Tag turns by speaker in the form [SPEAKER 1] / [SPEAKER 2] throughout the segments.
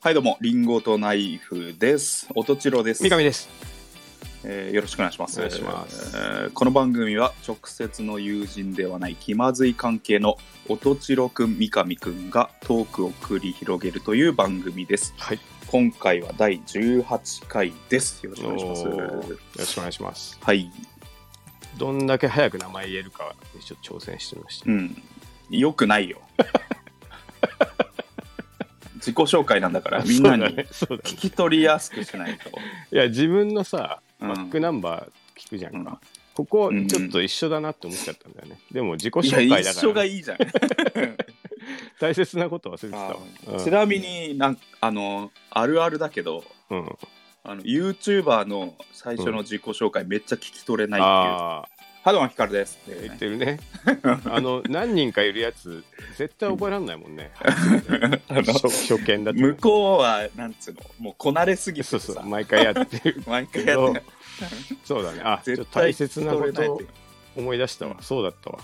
[SPEAKER 1] はいどうもリンゴとナイフですおとちろです
[SPEAKER 2] 三上です。
[SPEAKER 1] えーよろしくお願いします
[SPEAKER 2] お願いします
[SPEAKER 1] えーこの番組は直接の友人ではない気まずい関係の音千代くん三上くんがトークを繰り広げるという番組です
[SPEAKER 2] はい。
[SPEAKER 1] 今回は第18回ですよろしくお願いします
[SPEAKER 2] おーよろしくお願いします。
[SPEAKER 1] はい
[SPEAKER 2] どんだけ早く名前言えるかにちょっと挑戦してみまし
[SPEAKER 1] うんよくない よ自己紹介なんだか
[SPEAKER 2] た。
[SPEAKER 1] らみんなに
[SPEAKER 2] そうだね。そうだ
[SPEAKER 1] 聞
[SPEAKER 2] ね。
[SPEAKER 1] き取りやすくしないと、
[SPEAKER 2] いや自分のさ、
[SPEAKER 1] うん
[SPEAKER 2] バックナンバー聞くじゃん
[SPEAKER 1] うん
[SPEAKER 2] か。ここちょっと一緒だなって思っちゃったんだよね。でも自己紹
[SPEAKER 1] いや
[SPEAKER 2] 介だ
[SPEAKER 1] 一
[SPEAKER 2] か
[SPEAKER 1] 緒が
[SPEAKER 2] ら
[SPEAKER 1] いいじゃん
[SPEAKER 2] 大切なこと忘れてた
[SPEAKER 1] あ
[SPEAKER 2] わ
[SPEAKER 1] ー。ちなみになんあのあるあるだけど
[SPEAKER 2] うん。うん
[SPEAKER 1] あの YouTuber の最初の自己紹介めっちゃ聞き取れないっていう、
[SPEAKER 2] ああ
[SPEAKER 1] ハドマンヒカルですって、
[SPEAKER 2] 言っ
[SPEAKER 1] ね、
[SPEAKER 2] てる ね。あの何人かいるやつ絶対覚えらんないもんね。
[SPEAKER 1] あの
[SPEAKER 2] 初初見だと。
[SPEAKER 1] 向こうはなんつうのもうこなれすぎて
[SPEAKER 2] そ
[SPEAKER 1] さ
[SPEAKER 2] うそう毎回やってる
[SPEAKER 1] 毎回
[SPEAKER 2] け
[SPEAKER 1] やっ
[SPEAKER 2] ど
[SPEAKER 1] て。
[SPEAKER 2] そうだね。あちょっと
[SPEAKER 1] 絶対
[SPEAKER 2] 大
[SPEAKER 1] 聞
[SPEAKER 2] 切
[SPEAKER 1] き
[SPEAKER 2] な
[SPEAKER 1] 取れ
[SPEAKER 2] こ
[SPEAKER 1] ない
[SPEAKER 2] と
[SPEAKER 1] っ
[SPEAKER 2] を
[SPEAKER 1] ていう
[SPEAKER 2] 思い出したわ、
[SPEAKER 1] う
[SPEAKER 2] そうだったわ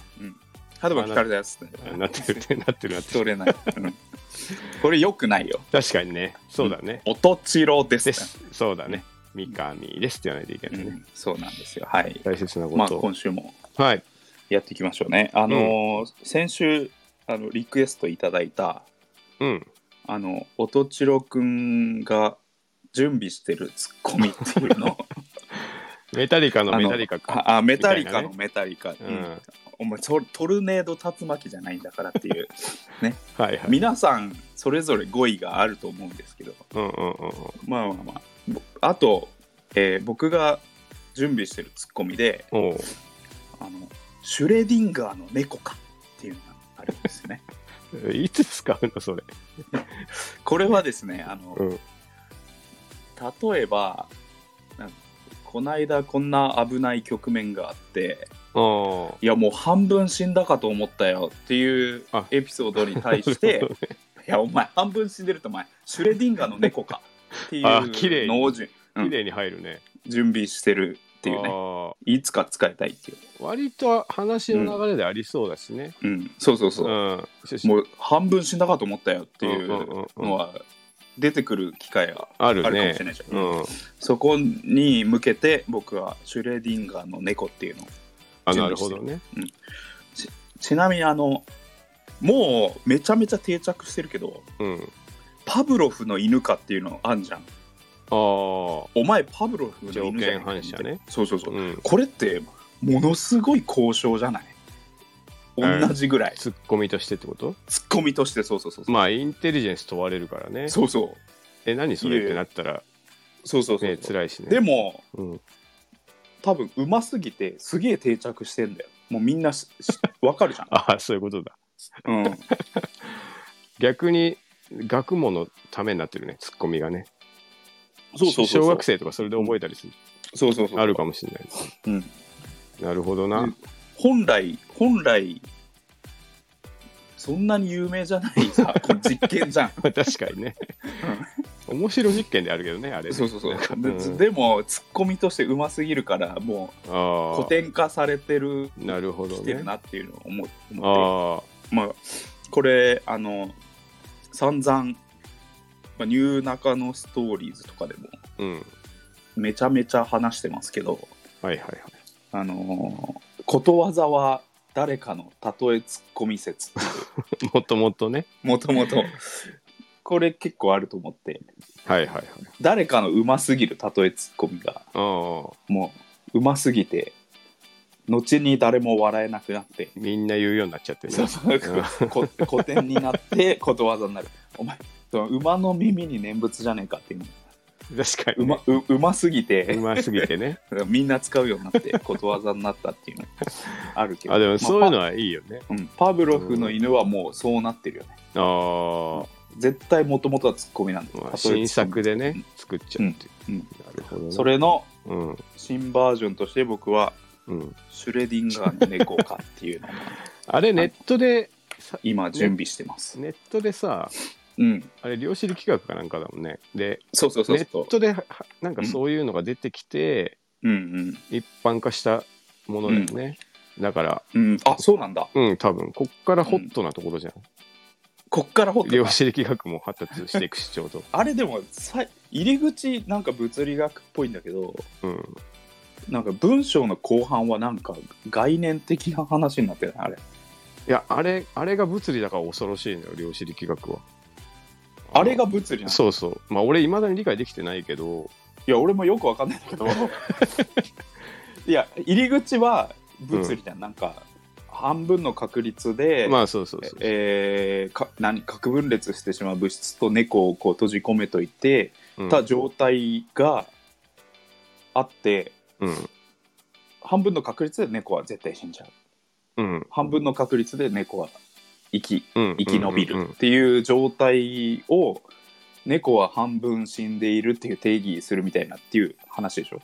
[SPEAKER 1] ハドマンヒカルですって
[SPEAKER 2] なってるってなってるな
[SPEAKER 1] 聞
[SPEAKER 2] っ
[SPEAKER 1] き
[SPEAKER 2] て
[SPEAKER 1] 取
[SPEAKER 2] る
[SPEAKER 1] れ ない、うんこれよくないよ
[SPEAKER 2] 確かにねそうだね、
[SPEAKER 1] 音千代です
[SPEAKER 2] で
[SPEAKER 1] ね
[SPEAKER 2] すそうだね三上ですって言わないといけ
[SPEAKER 1] う
[SPEAKER 2] ないね、
[SPEAKER 1] ん、そうなんですよはい
[SPEAKER 2] 大切な
[SPEAKER 1] ま
[SPEAKER 2] こ
[SPEAKER 1] あ
[SPEAKER 2] とを、
[SPEAKER 1] 今週も
[SPEAKER 2] はい
[SPEAKER 1] やっていきましょうねあのー先週あのリクエストいただいた
[SPEAKER 2] うん
[SPEAKER 1] あの音千代くんが準備してるツッコミっていう の
[SPEAKER 2] メタリカの
[SPEAKER 1] あの
[SPEAKER 2] メタリカか
[SPEAKER 1] ああメタリカの
[SPEAKER 2] み
[SPEAKER 1] メタリカ、
[SPEAKER 2] う、
[SPEAKER 1] うんんお前トトルネード竜巻じゃないんだからって いう
[SPEAKER 2] はいはい
[SPEAKER 1] 皆さんそれぞれ語彙があると思うんですけど
[SPEAKER 2] うんうんうん
[SPEAKER 1] まあまあまあぼあと、えー僕が準備してるツッコミで
[SPEAKER 2] うんおう
[SPEAKER 1] あのシュレディンガーの猫かっていうのがあるんですよ ね
[SPEAKER 2] いつ使うのそれ
[SPEAKER 1] これはですねあの、
[SPEAKER 2] うん
[SPEAKER 1] 例えばなんかこないだこんな危ない局面があって
[SPEAKER 2] おう
[SPEAKER 1] いやもう半分死んだかと思ったよっていう
[SPEAKER 2] あ
[SPEAKER 1] エピソードに対して いやお前半分死んでるとお前シュレディンガーの猫かってい
[SPEAKER 2] あ綺麗
[SPEAKER 1] う
[SPEAKER 2] に
[SPEAKER 1] のをじゅうん
[SPEAKER 2] 綺麗に入るね、
[SPEAKER 1] 準備してるっていうね
[SPEAKER 2] ああ
[SPEAKER 1] いつか使いたいっていう、
[SPEAKER 2] 割と話の流れでありそうだしね、
[SPEAKER 1] うん、そうそう
[SPEAKER 2] うん
[SPEAKER 1] そう、
[SPEAKER 2] し
[SPEAKER 1] もう半分死んだかと思ったよってい
[SPEAKER 2] んん
[SPEAKER 1] う
[SPEAKER 2] うん
[SPEAKER 1] のは出てくる機会が
[SPEAKER 2] あ
[SPEAKER 1] ある
[SPEAKER 2] る
[SPEAKER 1] かもし
[SPEAKER 2] ね
[SPEAKER 1] れないじゃん、
[SPEAKER 2] うん
[SPEAKER 1] そこに向けて僕はシュレディンガーの猫っていうのを
[SPEAKER 2] あなるほどね
[SPEAKER 1] ちなみにあのもうめちゃめちゃ定着してるけど
[SPEAKER 2] うん
[SPEAKER 1] パブロフの犬かっていうのあんじゃん
[SPEAKER 2] あ
[SPEAKER 1] お前パブロフの犬じゃ
[SPEAKER 2] 条件
[SPEAKER 1] ん
[SPEAKER 2] 反射ね
[SPEAKER 1] そうそうそう、
[SPEAKER 2] あ、うん、
[SPEAKER 1] これってものすごい交渉じゃない
[SPEAKER 2] うん
[SPEAKER 1] 同じぐらい
[SPEAKER 2] ツッコミとしてってこと
[SPEAKER 1] ツッコミとしてそうそうそうそう、
[SPEAKER 2] まあインテリジェンス問われるからね
[SPEAKER 1] そうそう
[SPEAKER 2] え何それ
[SPEAKER 1] いえ
[SPEAKER 2] ってなったら
[SPEAKER 1] そうそうそう
[SPEAKER 2] ね
[SPEAKER 1] そう、
[SPEAKER 2] 辛いしね
[SPEAKER 1] でも
[SPEAKER 2] うん、
[SPEAKER 1] 多分うますぎてすげえ定着してんだよもうみんなししわかるじゃん、
[SPEAKER 2] ああそういうことだ
[SPEAKER 1] うん、
[SPEAKER 2] 逆に学問のためになってるねツッコミがね
[SPEAKER 1] そうそうそうそう
[SPEAKER 2] 小学生とかそれで覚えたりする、
[SPEAKER 1] そうそうそう
[SPEAKER 2] あるかもしれない、
[SPEAKER 1] うん
[SPEAKER 2] なるほどな、
[SPEAKER 1] うん本来本来そんなに有名じゃないさこの実験じゃん
[SPEAKER 2] 確かにね面白実験であるけどねあれ
[SPEAKER 1] そうそうそう、
[SPEAKER 2] ん
[SPEAKER 1] ででもツッコミとしてうますぎるからもう
[SPEAKER 2] あ
[SPEAKER 1] 古
[SPEAKER 2] あ
[SPEAKER 1] 典化されてる
[SPEAKER 2] なるほど
[SPEAKER 1] 来て
[SPEAKER 2] ね
[SPEAKER 1] るなっていうのを思思って
[SPEAKER 2] あ
[SPEAKER 1] まあこれあの散々、まあ、ニューナカのストーリーズとかでも
[SPEAKER 2] あうん
[SPEAKER 1] めちゃめちゃ話してますけど
[SPEAKER 2] はいはいはい
[SPEAKER 1] あのーことわざは誰かの例えツッコミ説
[SPEAKER 2] もっともっとね
[SPEAKER 1] もともとこれ結構あると思って
[SPEAKER 2] はいはいはい
[SPEAKER 1] 誰かのうますぎる例えツッコミが
[SPEAKER 2] ああ
[SPEAKER 1] もううますぎて後に誰も笑えなくなって
[SPEAKER 2] みんな言うようになっちゃってね
[SPEAKER 1] そうそうこ古典になってことわざになるお前その馬の耳に念仏じゃねえかっていう
[SPEAKER 2] 確かに、
[SPEAKER 1] うまううますぎ
[SPEAKER 2] う
[SPEAKER 1] て
[SPEAKER 2] ますぎてね
[SPEAKER 1] みんな使うようになってことわざになったっていうのあるけど
[SPEAKER 2] あでもそういうの
[SPEAKER 1] まあ
[SPEAKER 2] はいいよね
[SPEAKER 1] パうんパブロフの犬はもうそうなってるよね
[SPEAKER 2] あー、
[SPEAKER 1] 絶対もともとはツッコミなんだよ
[SPEAKER 2] まあ、
[SPEAKER 1] 例えツッコミ
[SPEAKER 2] 新作でね作っちゃうって、
[SPEAKER 1] うんうん
[SPEAKER 2] なるほど、ね、
[SPEAKER 1] それの
[SPEAKER 2] うん
[SPEAKER 1] 新バージョンとして僕は
[SPEAKER 2] うん
[SPEAKER 1] シュレディンガーの猫かっていうのを
[SPEAKER 2] あれネットでさ
[SPEAKER 1] 今準備してます、
[SPEAKER 2] ネットでさ
[SPEAKER 1] うん
[SPEAKER 2] あれ量子力学かなんかだもんねで
[SPEAKER 1] そうそうそう
[SPEAKER 2] ネ
[SPEAKER 1] そう
[SPEAKER 2] ットではなんかそういうのが出てきて、
[SPEAKER 1] うん
[SPEAKER 2] 一般化したものだよね、だから
[SPEAKER 1] うんうんあそうなんだ
[SPEAKER 2] うん多分こっからホットなところじゃん、
[SPEAKER 1] こっから掘って
[SPEAKER 2] 量子力学も発達していくし、ちょうど。
[SPEAKER 1] あれでもさ入り口なんか物理学っぽいんだけど
[SPEAKER 2] うん。
[SPEAKER 1] なんか文章の後半はなんか概念的な話になってないあれ
[SPEAKER 2] いや、あれ、あれが物理だから恐ろしいのよ、量子力学は。
[SPEAKER 1] あれが物理なの
[SPEAKER 2] そうそう。まあ、俺、いまだに理解できてないけど、
[SPEAKER 1] いや俺もよくわかんないんだ けどいや入り口は物理じゃん、なんか半分の確率で、
[SPEAKER 2] まあ、そうそうそう。
[SPEAKER 1] えーか何核分裂してしまう物質と猫をこう閉じ込めといて
[SPEAKER 2] うん
[SPEAKER 1] た状態があって、
[SPEAKER 2] うん。
[SPEAKER 1] 半分の確率で猫は絶対死んじゃう
[SPEAKER 2] うん。
[SPEAKER 1] 半分の確率で猫は生き
[SPEAKER 2] うん
[SPEAKER 1] 生き延び
[SPEAKER 2] うんう
[SPEAKER 1] る
[SPEAKER 2] ん
[SPEAKER 1] っていう状態を猫は半分死んでいるっていう定義するみたいなっていう話でしょ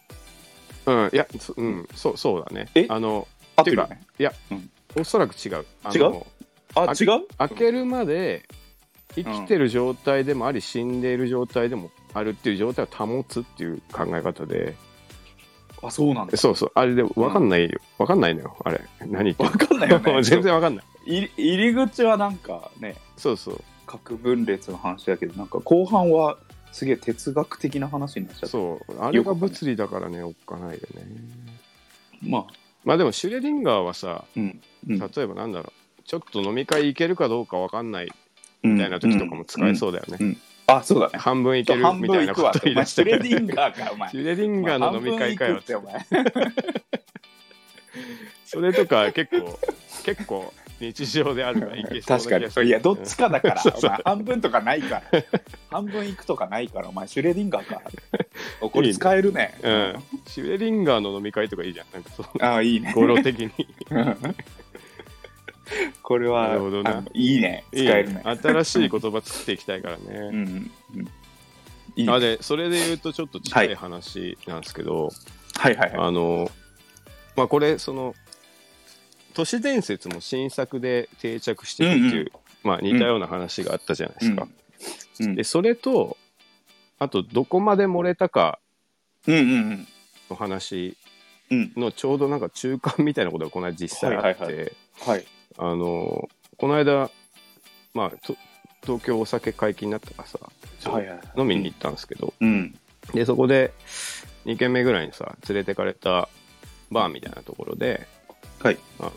[SPEAKER 2] うん、いや、そうん、そう、そうだね。
[SPEAKER 1] え
[SPEAKER 2] あの、
[SPEAKER 1] 合ってるよね
[SPEAKER 2] おそらく違う。あの
[SPEAKER 1] 違うあ
[SPEAKER 2] あ
[SPEAKER 1] 違う
[SPEAKER 2] 開けるまで、生きてる状態でもあり、死んでいる状態でもあるっていう状態を保つっていう考え方で、
[SPEAKER 1] あそうなんだ
[SPEAKER 2] そうそう、あれで分かんないよ。分かんないのよ、あれ。何言って
[SPEAKER 1] わ
[SPEAKER 2] る
[SPEAKER 1] かんないよね
[SPEAKER 2] 全然分かんない。
[SPEAKER 1] 入り入り口はなんかね
[SPEAKER 2] そうそう。
[SPEAKER 1] 核分裂の話だけどなんか後半はすげえ哲学的な話になっちゃった
[SPEAKER 2] そう。あれが物理だからね、おっかないよね。
[SPEAKER 1] まあ
[SPEAKER 2] まあでも、シュレディンガーはさ、
[SPEAKER 1] うんうん
[SPEAKER 2] 例えばなんだろう、ちょっと飲み会行けるかどうか分かんないみたいな時とかも使えそうだよね。
[SPEAKER 1] うん、あそうだね
[SPEAKER 2] 半分行ける
[SPEAKER 1] 半
[SPEAKER 2] みた
[SPEAKER 1] 分行
[SPEAKER 2] いな
[SPEAKER 1] く
[SPEAKER 2] こ
[SPEAKER 1] わ
[SPEAKER 2] と言
[SPEAKER 1] お
[SPEAKER 2] い
[SPEAKER 1] 前
[SPEAKER 2] 出し
[SPEAKER 1] シ
[SPEAKER 2] た
[SPEAKER 1] ュ
[SPEAKER 2] よ
[SPEAKER 1] レディンガーかお前
[SPEAKER 2] シュレディンガーの飲み会かよって
[SPEAKER 1] お前
[SPEAKER 2] それとか結構結構日常であるからいけそう
[SPEAKER 1] 確
[SPEAKER 2] な気
[SPEAKER 1] か
[SPEAKER 2] がする
[SPEAKER 1] にいやどっちかだから
[SPEAKER 2] そう
[SPEAKER 1] お
[SPEAKER 2] そう
[SPEAKER 1] 前半分とかないから半分いくとかないからお前シュレディンガー かおこれ使えるね
[SPEAKER 2] うんシュレディンガーの飲み会とかいいじゃんなんかそう
[SPEAKER 1] ああいいね
[SPEAKER 2] 語呂的に
[SPEAKER 1] これは
[SPEAKER 2] なるほどな
[SPEAKER 1] あのいいね使えるね
[SPEAKER 2] いい新しい言葉作っていきたいからね、
[SPEAKER 1] うんうんいいね
[SPEAKER 2] あでそれで言うとちょっと近い話なんですけど、
[SPEAKER 1] はいはいはい
[SPEAKER 2] あのまあこれその都市伝説も新作で定着してるってい
[SPEAKER 1] う
[SPEAKER 2] う、
[SPEAKER 1] んう
[SPEAKER 2] まあ似たような話があったじゃないですか、
[SPEAKER 1] うんうん
[SPEAKER 2] でそれとあとどこまで漏れたか
[SPEAKER 1] うんうん
[SPEAKER 2] の話
[SPEAKER 1] うんうん
[SPEAKER 2] のちょうどなんか中間みたいなことがこの間実際あって、
[SPEAKER 1] はいははい
[SPEAKER 2] あのこの間、まあ、と東京お酒解禁になったからさちょっと
[SPEAKER 1] はいはい
[SPEAKER 2] 飲みに行ったんですけど、
[SPEAKER 1] うん
[SPEAKER 2] でそこで2軒目ぐらいにさ連れてかれたバーみたいなところで、
[SPEAKER 1] はい
[SPEAKER 2] あの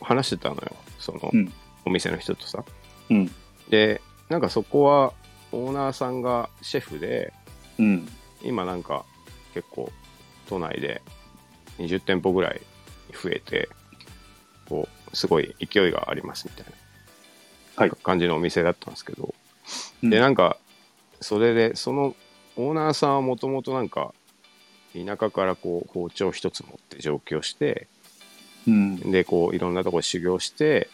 [SPEAKER 2] 話してたのよその、
[SPEAKER 1] うん
[SPEAKER 2] お店の人とさ
[SPEAKER 1] うん
[SPEAKER 2] でなんかそこはオーナーさんがシェフで
[SPEAKER 1] うん
[SPEAKER 2] 今なんか結構都内で20店舗ぐらい増えてこうすごい勢いがありますみたいな、
[SPEAKER 1] はい
[SPEAKER 2] 感じのお店だったんですけど、
[SPEAKER 1] うん
[SPEAKER 2] でなんかそれでそのオーナーさんはもともとなんか田舎からこう包丁一つ持って上京して
[SPEAKER 1] うん
[SPEAKER 2] でこういろんなとこ修行して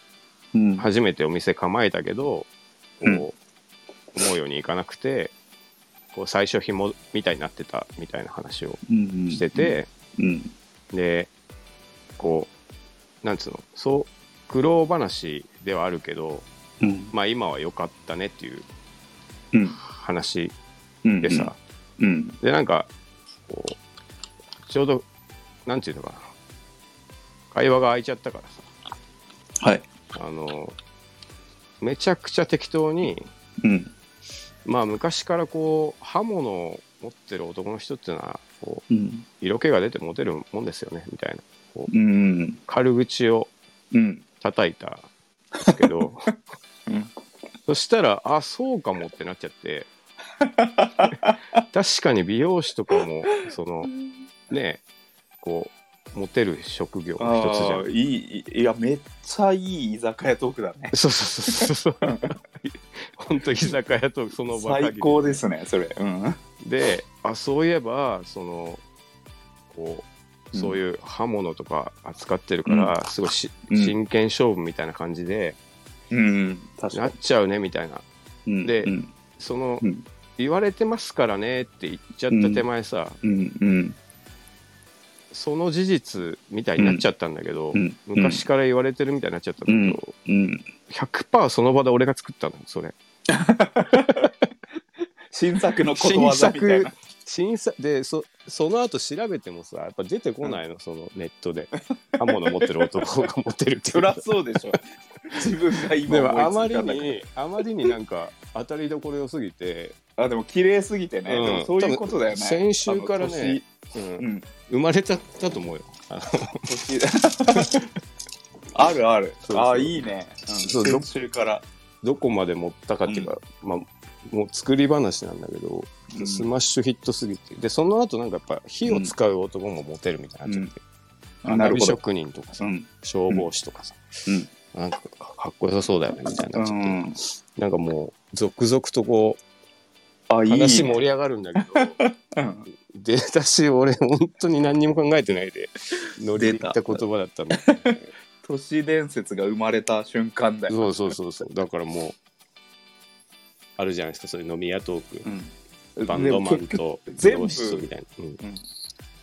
[SPEAKER 1] うん
[SPEAKER 2] 初めてお店構えたけどこう、
[SPEAKER 1] うん
[SPEAKER 2] 思うようにいかなくてこう最初紐みたいになってたみたいな話を
[SPEAKER 1] うん
[SPEAKER 2] してて、
[SPEAKER 1] うん
[SPEAKER 2] でこうなんつうのそう苦労話ではあるけど
[SPEAKER 1] うん
[SPEAKER 2] まあ今は良かったねっていう
[SPEAKER 1] うん
[SPEAKER 2] 話
[SPEAKER 1] うん
[SPEAKER 2] でさ、
[SPEAKER 1] うん
[SPEAKER 2] でなんかこうちょうどなんていうのかな会話が空いちゃったから
[SPEAKER 1] はい
[SPEAKER 2] さあのめちゃくちゃ適当に
[SPEAKER 1] うん
[SPEAKER 2] まあ昔からこう刃物を持ってる男の人っていうのはこ
[SPEAKER 1] うん
[SPEAKER 2] う色気が出てモテるもんですよねみたいな
[SPEAKER 1] うん
[SPEAKER 2] 軽口を
[SPEAKER 1] うん
[SPEAKER 2] 叩いたんですけど、
[SPEAKER 1] うん
[SPEAKER 2] そしたらあそうかもってなっちゃって確かに美容師とかもそのねこうモテる職業の一つじゃ
[SPEAKER 1] ああ
[SPEAKER 2] ん
[SPEAKER 1] いいいやめっちゃいい居酒屋トークだね
[SPEAKER 2] そうそうそうそうそう本当居酒屋と その場限り
[SPEAKER 1] 最高ですねそれうん
[SPEAKER 2] であそういえばそのこうそういう刃物とか扱ってるから、すごいし
[SPEAKER 1] うん
[SPEAKER 2] 真剣勝負みたいな感じで、
[SPEAKER 1] うん確
[SPEAKER 2] な
[SPEAKER 1] か
[SPEAKER 2] っちゃうねみたいな
[SPEAKER 1] に
[SPEAKER 2] で
[SPEAKER 1] うん
[SPEAKER 2] その、
[SPEAKER 1] うん
[SPEAKER 2] 言われてますからねって言っちゃった手前さ、
[SPEAKER 1] うんうん
[SPEAKER 2] その事実みたいになっちゃったんだけど、
[SPEAKER 1] うん
[SPEAKER 2] 昔から言われてるみたいになっちゃったんだけど、
[SPEAKER 1] うん
[SPEAKER 2] 100%その場で俺が作ったのそれ
[SPEAKER 1] 新作のこと
[SPEAKER 2] 新
[SPEAKER 1] わざみたい
[SPEAKER 2] 作
[SPEAKER 1] な
[SPEAKER 2] 新作でそその後調べてもさやっ ぱ出てこないの、そのネットで刃物持ってる男が持ってるっていう
[SPEAKER 1] そりゃそうでしょ自分が
[SPEAKER 2] で
[SPEAKER 1] 今
[SPEAKER 2] もあ
[SPEAKER 1] 思
[SPEAKER 2] ま
[SPEAKER 1] いつい
[SPEAKER 2] り
[SPEAKER 1] たんだから
[SPEAKER 2] に、あまりになんか当たりどころ良すぎて、
[SPEAKER 1] あでも綺麗すぎてね、
[SPEAKER 2] うん
[SPEAKER 1] でもそういうことだよね
[SPEAKER 2] 多分先週か
[SPEAKER 1] あ
[SPEAKER 2] らね
[SPEAKER 1] の年
[SPEAKER 2] う、
[SPEAKER 1] うんん
[SPEAKER 2] 生まれちゃったと思うよ。
[SPEAKER 1] 年 あるある
[SPEAKER 2] そうそう
[SPEAKER 1] ああいいね、うん、
[SPEAKER 2] そう
[SPEAKER 1] 先週から、
[SPEAKER 2] どこまで持ったかっていうか、まあ、もう作り話なんだけど、
[SPEAKER 1] うん
[SPEAKER 2] スマッシュヒットすぎて。で、その後なんかやっぱ火を使う男もモテるみたいになっちゃって。
[SPEAKER 1] うん
[SPEAKER 2] あ
[SPEAKER 1] な
[SPEAKER 2] 花
[SPEAKER 1] る
[SPEAKER 2] 火
[SPEAKER 1] ほど
[SPEAKER 2] 職人とかさ、
[SPEAKER 1] うん
[SPEAKER 2] 消防士とかさ、
[SPEAKER 1] うん
[SPEAKER 2] なんかかっこよさそうだよねみたいに
[SPEAKER 1] う
[SPEAKER 2] なっちゃって、
[SPEAKER 1] ん、
[SPEAKER 2] なんかもう続々とこ
[SPEAKER 1] あ
[SPEAKER 2] う
[SPEAKER 1] いい、ね、
[SPEAKER 2] 話盛り上がるんだけど、
[SPEAKER 1] うん
[SPEAKER 2] 出だし俺本当に何にも考えてないで乗りで言った言葉だったの
[SPEAKER 1] 都市伝説が生まれた瞬間だよ、
[SPEAKER 2] そうそうそうそうだからもうあるじゃないですかそういう飲み屋トーク
[SPEAKER 1] うん、
[SPEAKER 2] バンドマン
[SPEAKER 1] でも
[SPEAKER 2] と
[SPEAKER 1] 結局全部
[SPEAKER 2] 同室みたいな、うん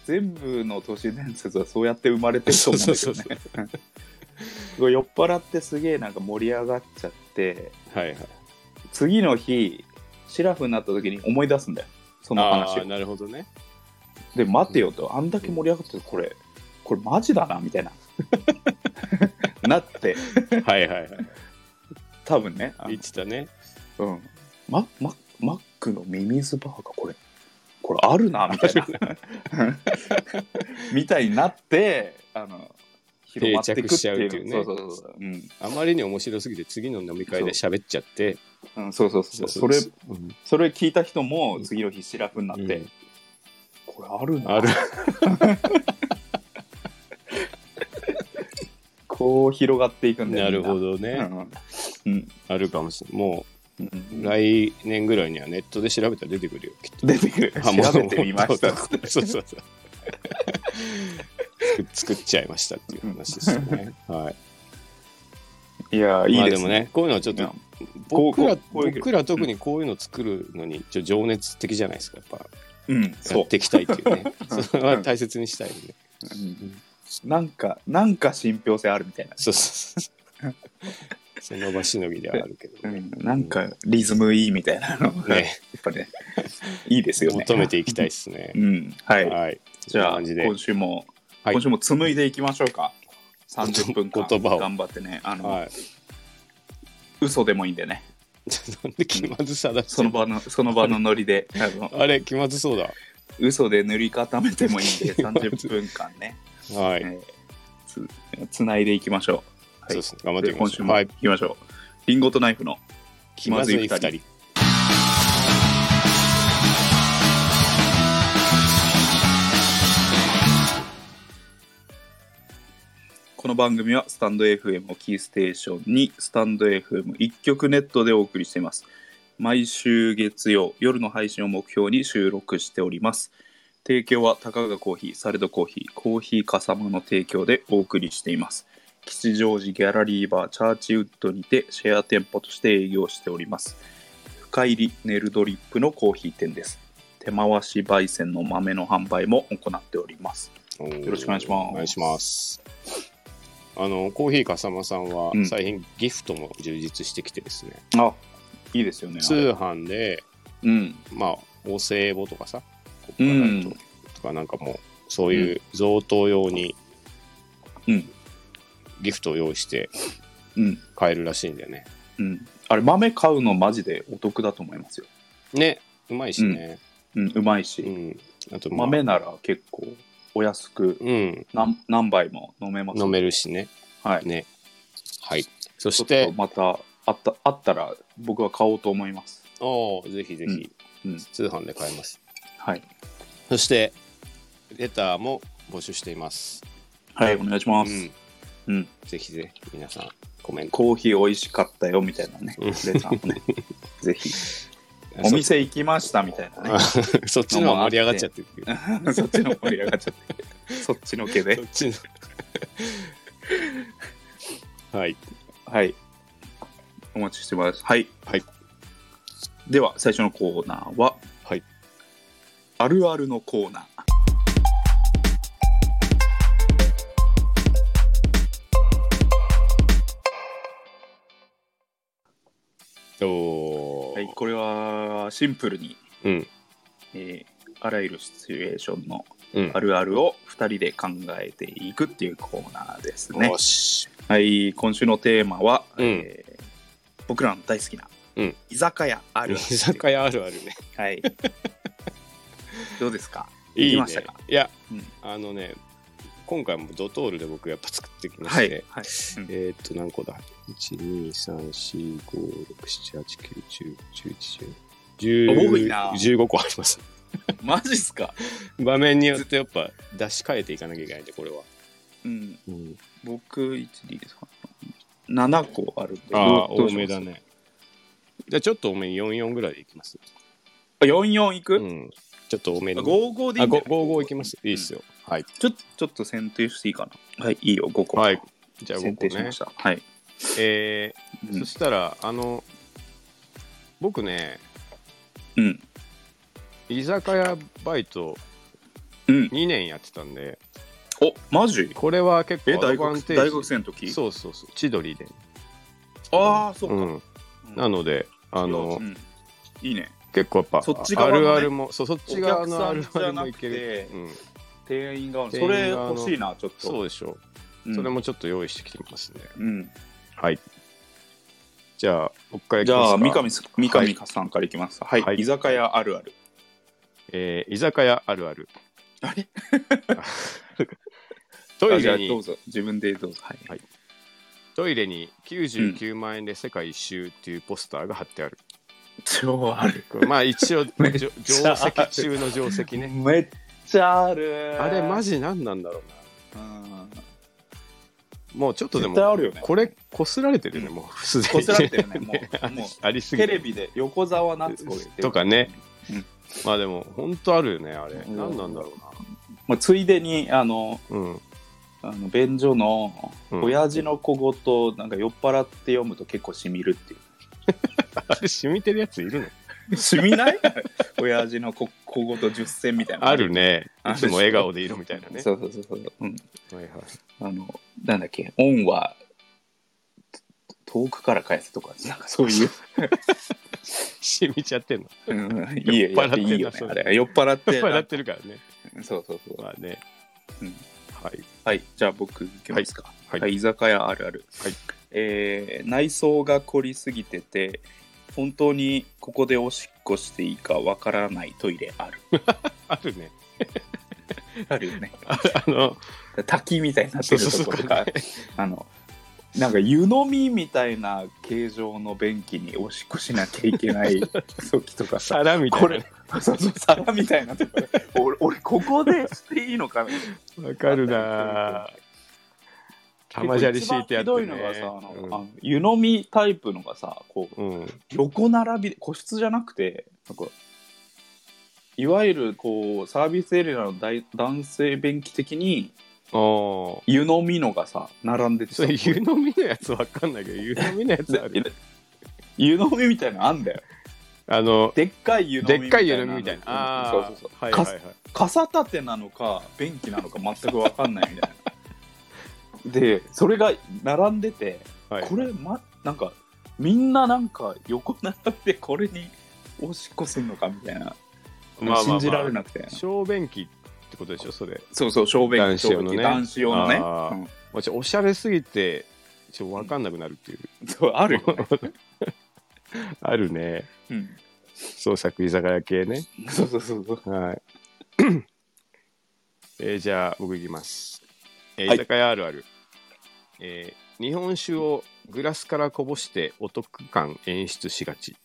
[SPEAKER 1] 全部の都市伝説はそうやって生まれてると思うんだけ
[SPEAKER 2] そ
[SPEAKER 1] ど
[SPEAKER 2] うそう
[SPEAKER 1] ねすごい酔っ払ってすげえなんか盛り上がっちゃって
[SPEAKER 2] はいはい
[SPEAKER 1] 次の日シラフになった時に思い出すんだよその
[SPEAKER 2] あ
[SPEAKER 1] 話
[SPEAKER 2] あ
[SPEAKER 1] を
[SPEAKER 2] なるほどね
[SPEAKER 1] で待てよとあんだけ盛り上がってるこれこれマジだなみ たいななって
[SPEAKER 2] はいはいはい
[SPEAKER 1] 多分ねあの
[SPEAKER 2] 言ってたね
[SPEAKER 1] うんマママックのミミズバーガーこれこれあるなみたいな みたいになってあの広まってく
[SPEAKER 2] 定着
[SPEAKER 1] っ
[SPEAKER 2] してちゃうってい
[SPEAKER 1] いうう
[SPEAKER 2] ね
[SPEAKER 1] そうそうそううん
[SPEAKER 2] あまりに面白すぎて次の飲み会で喋っちゃって
[SPEAKER 1] うんそうそうそうそれ
[SPEAKER 2] うん
[SPEAKER 1] それ聞いた人も次の日シラフになって、
[SPEAKER 2] うん
[SPEAKER 1] これあるな
[SPEAKER 2] ある
[SPEAKER 1] こう広がっていくんだよ
[SPEAKER 2] なるほ
[SPEAKER 1] ど
[SPEAKER 2] どね、
[SPEAKER 1] うん、うん
[SPEAKER 2] あるかもしれないも
[SPEAKER 1] うん
[SPEAKER 2] う来年ぐらいにはネットで調べたら出てくるよきっと
[SPEAKER 1] 出てくる
[SPEAKER 2] あもう
[SPEAKER 1] 調べてみま した
[SPEAKER 2] そうそうそうそう作作っちゃいましたっていう話ですよね。はい。
[SPEAKER 1] いやいい
[SPEAKER 2] まあ
[SPEAKER 1] で
[SPEAKER 2] ですも
[SPEAKER 1] ね,
[SPEAKER 2] ね、こういうのはちょっ
[SPEAKER 1] いや、
[SPEAKER 2] と僕ら
[SPEAKER 1] こうこういう
[SPEAKER 2] 僕ら特にこういうの作るのにちょっと情熱的じゃないですか。やっ
[SPEAKER 1] うん
[SPEAKER 2] ぱや
[SPEAKER 1] そ
[SPEAKER 2] っていきたいっていう ね。
[SPEAKER 1] うん
[SPEAKER 2] それは大切にしたいよね。
[SPEAKER 1] う、うんなんかなんか信憑性あるみたいな、
[SPEAKER 2] そうそうそう。その場しのぎではあるけど
[SPEAKER 1] う
[SPEAKER 2] ね。
[SPEAKER 1] ん、なんかリズムいいみたいなのが、や
[SPEAKER 2] ね、
[SPEAKER 1] っぱねいいですよね
[SPEAKER 2] 求めていきたいですね
[SPEAKER 1] う。んはい、
[SPEAKER 2] はい。
[SPEAKER 1] じゃあ
[SPEAKER 2] こんな感じで
[SPEAKER 1] 今。週も、
[SPEAKER 2] はい
[SPEAKER 1] 今週も紡いでいきましょうか30分間
[SPEAKER 2] 言葉を
[SPEAKER 1] 頑張ってねあの、
[SPEAKER 2] はい。
[SPEAKER 1] 嘘でもいいんでね
[SPEAKER 2] なんで気まずさだ
[SPEAKER 1] その場のその場のノリであの
[SPEAKER 2] あれ、気まずそうだ。
[SPEAKER 1] 嘘で塗り固めてもいいん で30分間ね、
[SPEAKER 2] はい。
[SPEAKER 1] えーつつないでいきましょう、はい、
[SPEAKER 2] そうですね。頑張って
[SPEAKER 1] で
[SPEAKER 2] いきま
[SPEAKER 1] 今
[SPEAKER 2] し
[SPEAKER 1] 週
[SPEAKER 2] ょう。
[SPEAKER 1] も
[SPEAKER 2] はい
[SPEAKER 1] 行。きましょう、リンゴとナイフの
[SPEAKER 2] 気まずい二
[SPEAKER 1] 気まず
[SPEAKER 2] 人。
[SPEAKER 1] この番組はスタンド FM をキーステーションにスタンド FM 一曲ネットでお送りしています毎週月曜夜の配信を目標に収録しております提供は高がコーヒーサレドコーヒーコーヒーかさまの提供でお送りしています吉祥寺ギャラリーバーチャーチウッドにてシェア店舗として営業しております深入りネルドリップのコーヒー店です手回し焙煎の豆の販売も行っております
[SPEAKER 2] よ
[SPEAKER 1] よろしくお願いします
[SPEAKER 2] お願いします。あの、コーヒーかさまさんは
[SPEAKER 1] うん
[SPEAKER 2] 最近ギフトも充実してきてですね、
[SPEAKER 1] あいいですよね
[SPEAKER 2] 通販で、
[SPEAKER 1] うん
[SPEAKER 2] まあ、お歳暮とかさ、
[SPEAKER 1] う
[SPEAKER 2] と
[SPEAKER 1] ん
[SPEAKER 2] かなんかもう、そういう贈答用に
[SPEAKER 1] うん
[SPEAKER 2] ギフトを用意して
[SPEAKER 1] うん
[SPEAKER 2] 買えるらしいんだよね。
[SPEAKER 1] うん、あれ豆買うのマジでお得だと思いますよ。
[SPEAKER 2] ね、うまいしね。
[SPEAKER 1] うん、うまいうし、
[SPEAKER 2] ん。あと、まあ、
[SPEAKER 1] 豆なら結構お安く
[SPEAKER 2] うん、
[SPEAKER 1] 何何杯も飲めます。
[SPEAKER 2] 飲めるしね。
[SPEAKER 1] はい。
[SPEAKER 2] ね。はい。
[SPEAKER 1] ち
[SPEAKER 2] そ
[SPEAKER 1] ょ
[SPEAKER 2] し
[SPEAKER 1] っと
[SPEAKER 2] て、
[SPEAKER 1] またあったあったら僕は買おうと思います。
[SPEAKER 2] おーぜひぜひ、
[SPEAKER 1] うんうん
[SPEAKER 2] 通販で買えます。
[SPEAKER 1] はい。
[SPEAKER 2] そして、レターも募集しています。
[SPEAKER 1] はい、お願いしま
[SPEAKER 2] う
[SPEAKER 1] す。
[SPEAKER 2] ん、
[SPEAKER 1] うん。
[SPEAKER 2] ぜひぜひ皆さん、コメント。
[SPEAKER 1] コーヒー美味しかったよみたいなね。
[SPEAKER 2] うん
[SPEAKER 1] レターも ね。ぜひ。お店行きましたみたい な
[SPEAKER 2] あそそっちの方が盛り上がっちゃってる。
[SPEAKER 1] ね。そっちの盛り上がっちゃって。そっちのけ
[SPEAKER 2] そ
[SPEAKER 1] で
[SPEAKER 2] っ。ちの。はい。
[SPEAKER 1] はい。お待ちしてます。はい。
[SPEAKER 2] はい。
[SPEAKER 1] では、最初のコーナーは、
[SPEAKER 2] はい。
[SPEAKER 1] あるあるのコーナー。
[SPEAKER 2] おー
[SPEAKER 1] はい、これはシンプルに、
[SPEAKER 2] うん。
[SPEAKER 1] えーあらゆるシチュエーションの
[SPEAKER 2] うん
[SPEAKER 1] あ。るあるを2人で考えていくっていうコーナーですね
[SPEAKER 2] よ。し。
[SPEAKER 1] はい、今週のテーマは、
[SPEAKER 2] うん
[SPEAKER 1] えー僕らの大好きな、
[SPEAKER 2] うん
[SPEAKER 1] 居酒屋あるある
[SPEAKER 2] 居酒屋あるあるね。
[SPEAKER 1] はい。 どうですか
[SPEAKER 2] い
[SPEAKER 1] 行
[SPEAKER 2] い
[SPEAKER 1] き
[SPEAKER 2] ね
[SPEAKER 1] ましたか。
[SPEAKER 2] いや、
[SPEAKER 1] うん
[SPEAKER 2] あのね、今回もドトールで僕やっぱ作ってきまし
[SPEAKER 1] は
[SPEAKER 2] て、
[SPEAKER 1] い。はい。うん
[SPEAKER 2] えーっと、何個だ ?1、2、3、4、5、6、7、8、9、10、11、10、
[SPEAKER 1] 多いな
[SPEAKER 2] 15個あります。
[SPEAKER 1] マジっすか
[SPEAKER 2] 場面によってやっぱ出し替えていかなきゃいけないんで、これは。
[SPEAKER 1] うん。
[SPEAKER 2] うん、
[SPEAKER 1] 僕、1、2、3、7個あるんで。
[SPEAKER 2] ああ、
[SPEAKER 1] どう
[SPEAKER 2] 多めだ。ね。じゃあちょっと多めに44ぐらいでいきます。
[SPEAKER 1] どうしますあ44行く、
[SPEAKER 2] うん。ちょっと多めに。
[SPEAKER 1] あ ?55 でいい
[SPEAKER 2] あ、
[SPEAKER 1] んじ
[SPEAKER 2] ご
[SPEAKER 1] ゃない
[SPEAKER 2] 55いきます。いいっすよ。はい。
[SPEAKER 1] ちょちょっと選定していいかな。はい、いいよ、5個。
[SPEAKER 2] はい。じゃあ5
[SPEAKER 1] 選
[SPEAKER 2] 個
[SPEAKER 1] 定し
[SPEAKER 2] ね
[SPEAKER 1] まし。た。はい。
[SPEAKER 2] えー
[SPEAKER 1] うん
[SPEAKER 2] そしたら、あの、僕ね、
[SPEAKER 1] うん。
[SPEAKER 2] 居酒屋バイト
[SPEAKER 1] うん。
[SPEAKER 2] 2年やってたんで、
[SPEAKER 1] お、マジ
[SPEAKER 2] これは結構
[SPEAKER 1] え、
[SPEAKER 2] アド
[SPEAKER 1] 大
[SPEAKER 2] バ
[SPEAKER 1] 学
[SPEAKER 2] ンテージ。
[SPEAKER 1] 大学生の時
[SPEAKER 2] そうそうそう、千鳥で。
[SPEAKER 1] ああ、そう
[SPEAKER 2] う
[SPEAKER 1] か。
[SPEAKER 2] ん。
[SPEAKER 1] うん
[SPEAKER 2] なので、あ
[SPEAKER 1] う
[SPEAKER 2] の、
[SPEAKER 1] んいいね。
[SPEAKER 2] 結構やっぱ、
[SPEAKER 1] そっち
[SPEAKER 2] あ
[SPEAKER 1] 側のね
[SPEAKER 2] るあるも、そう、そっち側のあ
[SPEAKER 1] お
[SPEAKER 2] る
[SPEAKER 1] 客さ
[SPEAKER 2] あ
[SPEAKER 1] んじ
[SPEAKER 2] る
[SPEAKER 1] ゃな
[SPEAKER 2] も
[SPEAKER 1] く
[SPEAKER 2] いける
[SPEAKER 1] て。
[SPEAKER 2] うん。
[SPEAKER 1] 店員側の。
[SPEAKER 2] 店員
[SPEAKER 1] それ
[SPEAKER 2] 側の
[SPEAKER 1] 欲しいな、ちょっと。
[SPEAKER 2] そうでしょ
[SPEAKER 1] う
[SPEAKER 2] う。
[SPEAKER 1] ん
[SPEAKER 2] それもちょっと用意してきてきますね。
[SPEAKER 1] うん。
[SPEAKER 2] はい。じゃあ、僕からいき
[SPEAKER 1] じ
[SPEAKER 2] ます
[SPEAKER 1] ゃあ、
[SPEAKER 2] か
[SPEAKER 1] 三上さん三上さんからいきます。はい。
[SPEAKER 2] はい
[SPEAKER 1] 居酒屋あるある。
[SPEAKER 2] えー居酒屋あるある。
[SPEAKER 1] あれ
[SPEAKER 2] ト
[SPEAKER 1] あ
[SPEAKER 2] イ
[SPEAKER 1] じゃあ
[SPEAKER 2] レ
[SPEAKER 1] どう
[SPEAKER 2] に、
[SPEAKER 1] ぞ。自分でどうぞ。はい。
[SPEAKER 2] トイレに99万円で世界一周っていうポスターが貼ってある。
[SPEAKER 1] 超ある。
[SPEAKER 2] これまあ一応、じょ
[SPEAKER 1] めっ
[SPEAKER 2] 定
[SPEAKER 1] ちゃある
[SPEAKER 2] 石中の定 石ね。
[SPEAKER 1] めっちゃある。
[SPEAKER 2] あれマ
[SPEAKER 1] ジ
[SPEAKER 2] ジ何なんだろうな。
[SPEAKER 1] うん。
[SPEAKER 2] もうちょっとで
[SPEAKER 1] 絶
[SPEAKER 2] も
[SPEAKER 1] 対、あるよね。
[SPEAKER 2] これ、こすられてるね、もう、すでに。
[SPEAKER 1] こすられてるね。も う、もう、
[SPEAKER 2] ありすぎ
[SPEAKER 1] テ
[SPEAKER 2] て
[SPEAKER 1] レビで横澤夏子が言ってる
[SPEAKER 2] とかね。まあでも、本当あるよね、あれ。何なんだろ
[SPEAKER 1] まあ、ついでに、あの、
[SPEAKER 2] うな。うん。
[SPEAKER 1] あの便所の
[SPEAKER 2] うん
[SPEAKER 1] 親父の小言、なんか酔っ払って読むと結構しみるっていう。
[SPEAKER 2] あれ、染みてるやついるの
[SPEAKER 1] しみない 親父のこ小言10選みたいな。
[SPEAKER 2] あるね。
[SPEAKER 1] あ
[SPEAKER 2] い
[SPEAKER 1] る
[SPEAKER 2] つも笑顔でいるみたいなね。
[SPEAKER 1] そうそうそうそう。うん。
[SPEAKER 2] はいはい
[SPEAKER 1] あの、なんだっけ、恩はと遠くから返すとか、なんかそう いう、
[SPEAKER 2] 染みちゃってんの。
[SPEAKER 1] うん、いいよ、
[SPEAKER 2] 酔っ払
[SPEAKER 1] や
[SPEAKER 2] っ
[SPEAKER 1] ってて
[SPEAKER 2] ん
[SPEAKER 1] い
[SPEAKER 2] ない
[SPEAKER 1] よね
[SPEAKER 2] そ、れ
[SPEAKER 1] あれ。酔っ払 って。
[SPEAKER 2] やっぱりなってるからね。
[SPEAKER 1] そうそうそう。
[SPEAKER 2] まあね。
[SPEAKER 1] うん
[SPEAKER 2] はい。
[SPEAKER 1] はい、じゃあ僕いきますか。
[SPEAKER 2] はい
[SPEAKER 1] はい、居酒屋あるある。
[SPEAKER 2] はい
[SPEAKER 1] えー内装が凝りすぎてて、本当にここでおしっこしていいかわからないトイレある。
[SPEAKER 2] あるね。
[SPEAKER 1] あるよね。
[SPEAKER 2] ああの、
[SPEAKER 1] 滝みたいになってるところとか、あの、なんか湯飲みみたいな形状の便器におしっこしなきゃいけ ない時とかさ、
[SPEAKER 2] 皿みたい
[SPEAKER 1] こ
[SPEAKER 2] な
[SPEAKER 1] れ、そうそう、皿みたいなとこで、 俺、俺ここでしていいのか な
[SPEAKER 2] ね。わかるなぁ玉砂利敷いてやって、
[SPEAKER 1] 結構一番ひど
[SPEAKER 2] ね。
[SPEAKER 1] いのがさ、あのあの湯飲みタイプのがさ、こう、
[SPEAKER 2] うん。うん
[SPEAKER 1] 横並びで個室じゃなくてなんかいわゆるこうサービスエリアの大男性便器的に
[SPEAKER 2] おー
[SPEAKER 1] 湯飲みのがさ並んでて
[SPEAKER 2] そ
[SPEAKER 1] さ
[SPEAKER 2] れ湯飲みのやつわかんないけど湯飲みのやつある
[SPEAKER 1] 湯飲みみたいなのあんだよ
[SPEAKER 2] あの
[SPEAKER 1] でっかい湯飲み
[SPEAKER 2] でっかい湯飲みみたいなあ
[SPEAKER 1] そう
[SPEAKER 2] ー
[SPEAKER 1] そうそう
[SPEAKER 2] はいはいはい
[SPEAKER 1] 傘立てなのか便器なのか全く分かんないみたいなでそれが並んでて
[SPEAKER 2] はい
[SPEAKER 1] これ、ま、なんかみんななんか横並びでこれにおしっこすんのかみたいな、信じられなくて
[SPEAKER 2] 小便器ってことでしょそれ
[SPEAKER 1] そうそう、小便器
[SPEAKER 2] 男子用のね
[SPEAKER 1] 男子用のね
[SPEAKER 2] あーまあちょおしゃれすぎてちょわかんなくなるっていう、
[SPEAKER 1] うんそう、あるよね。
[SPEAKER 2] あるね
[SPEAKER 1] うん
[SPEAKER 2] 創作居酒屋系ね
[SPEAKER 1] そうそうそうそう。
[SPEAKER 2] はいえーじゃあ僕いきます、えー
[SPEAKER 1] はい
[SPEAKER 2] 居酒屋あるある、えー日本酒をグラスからこぼしてお得感演出しがち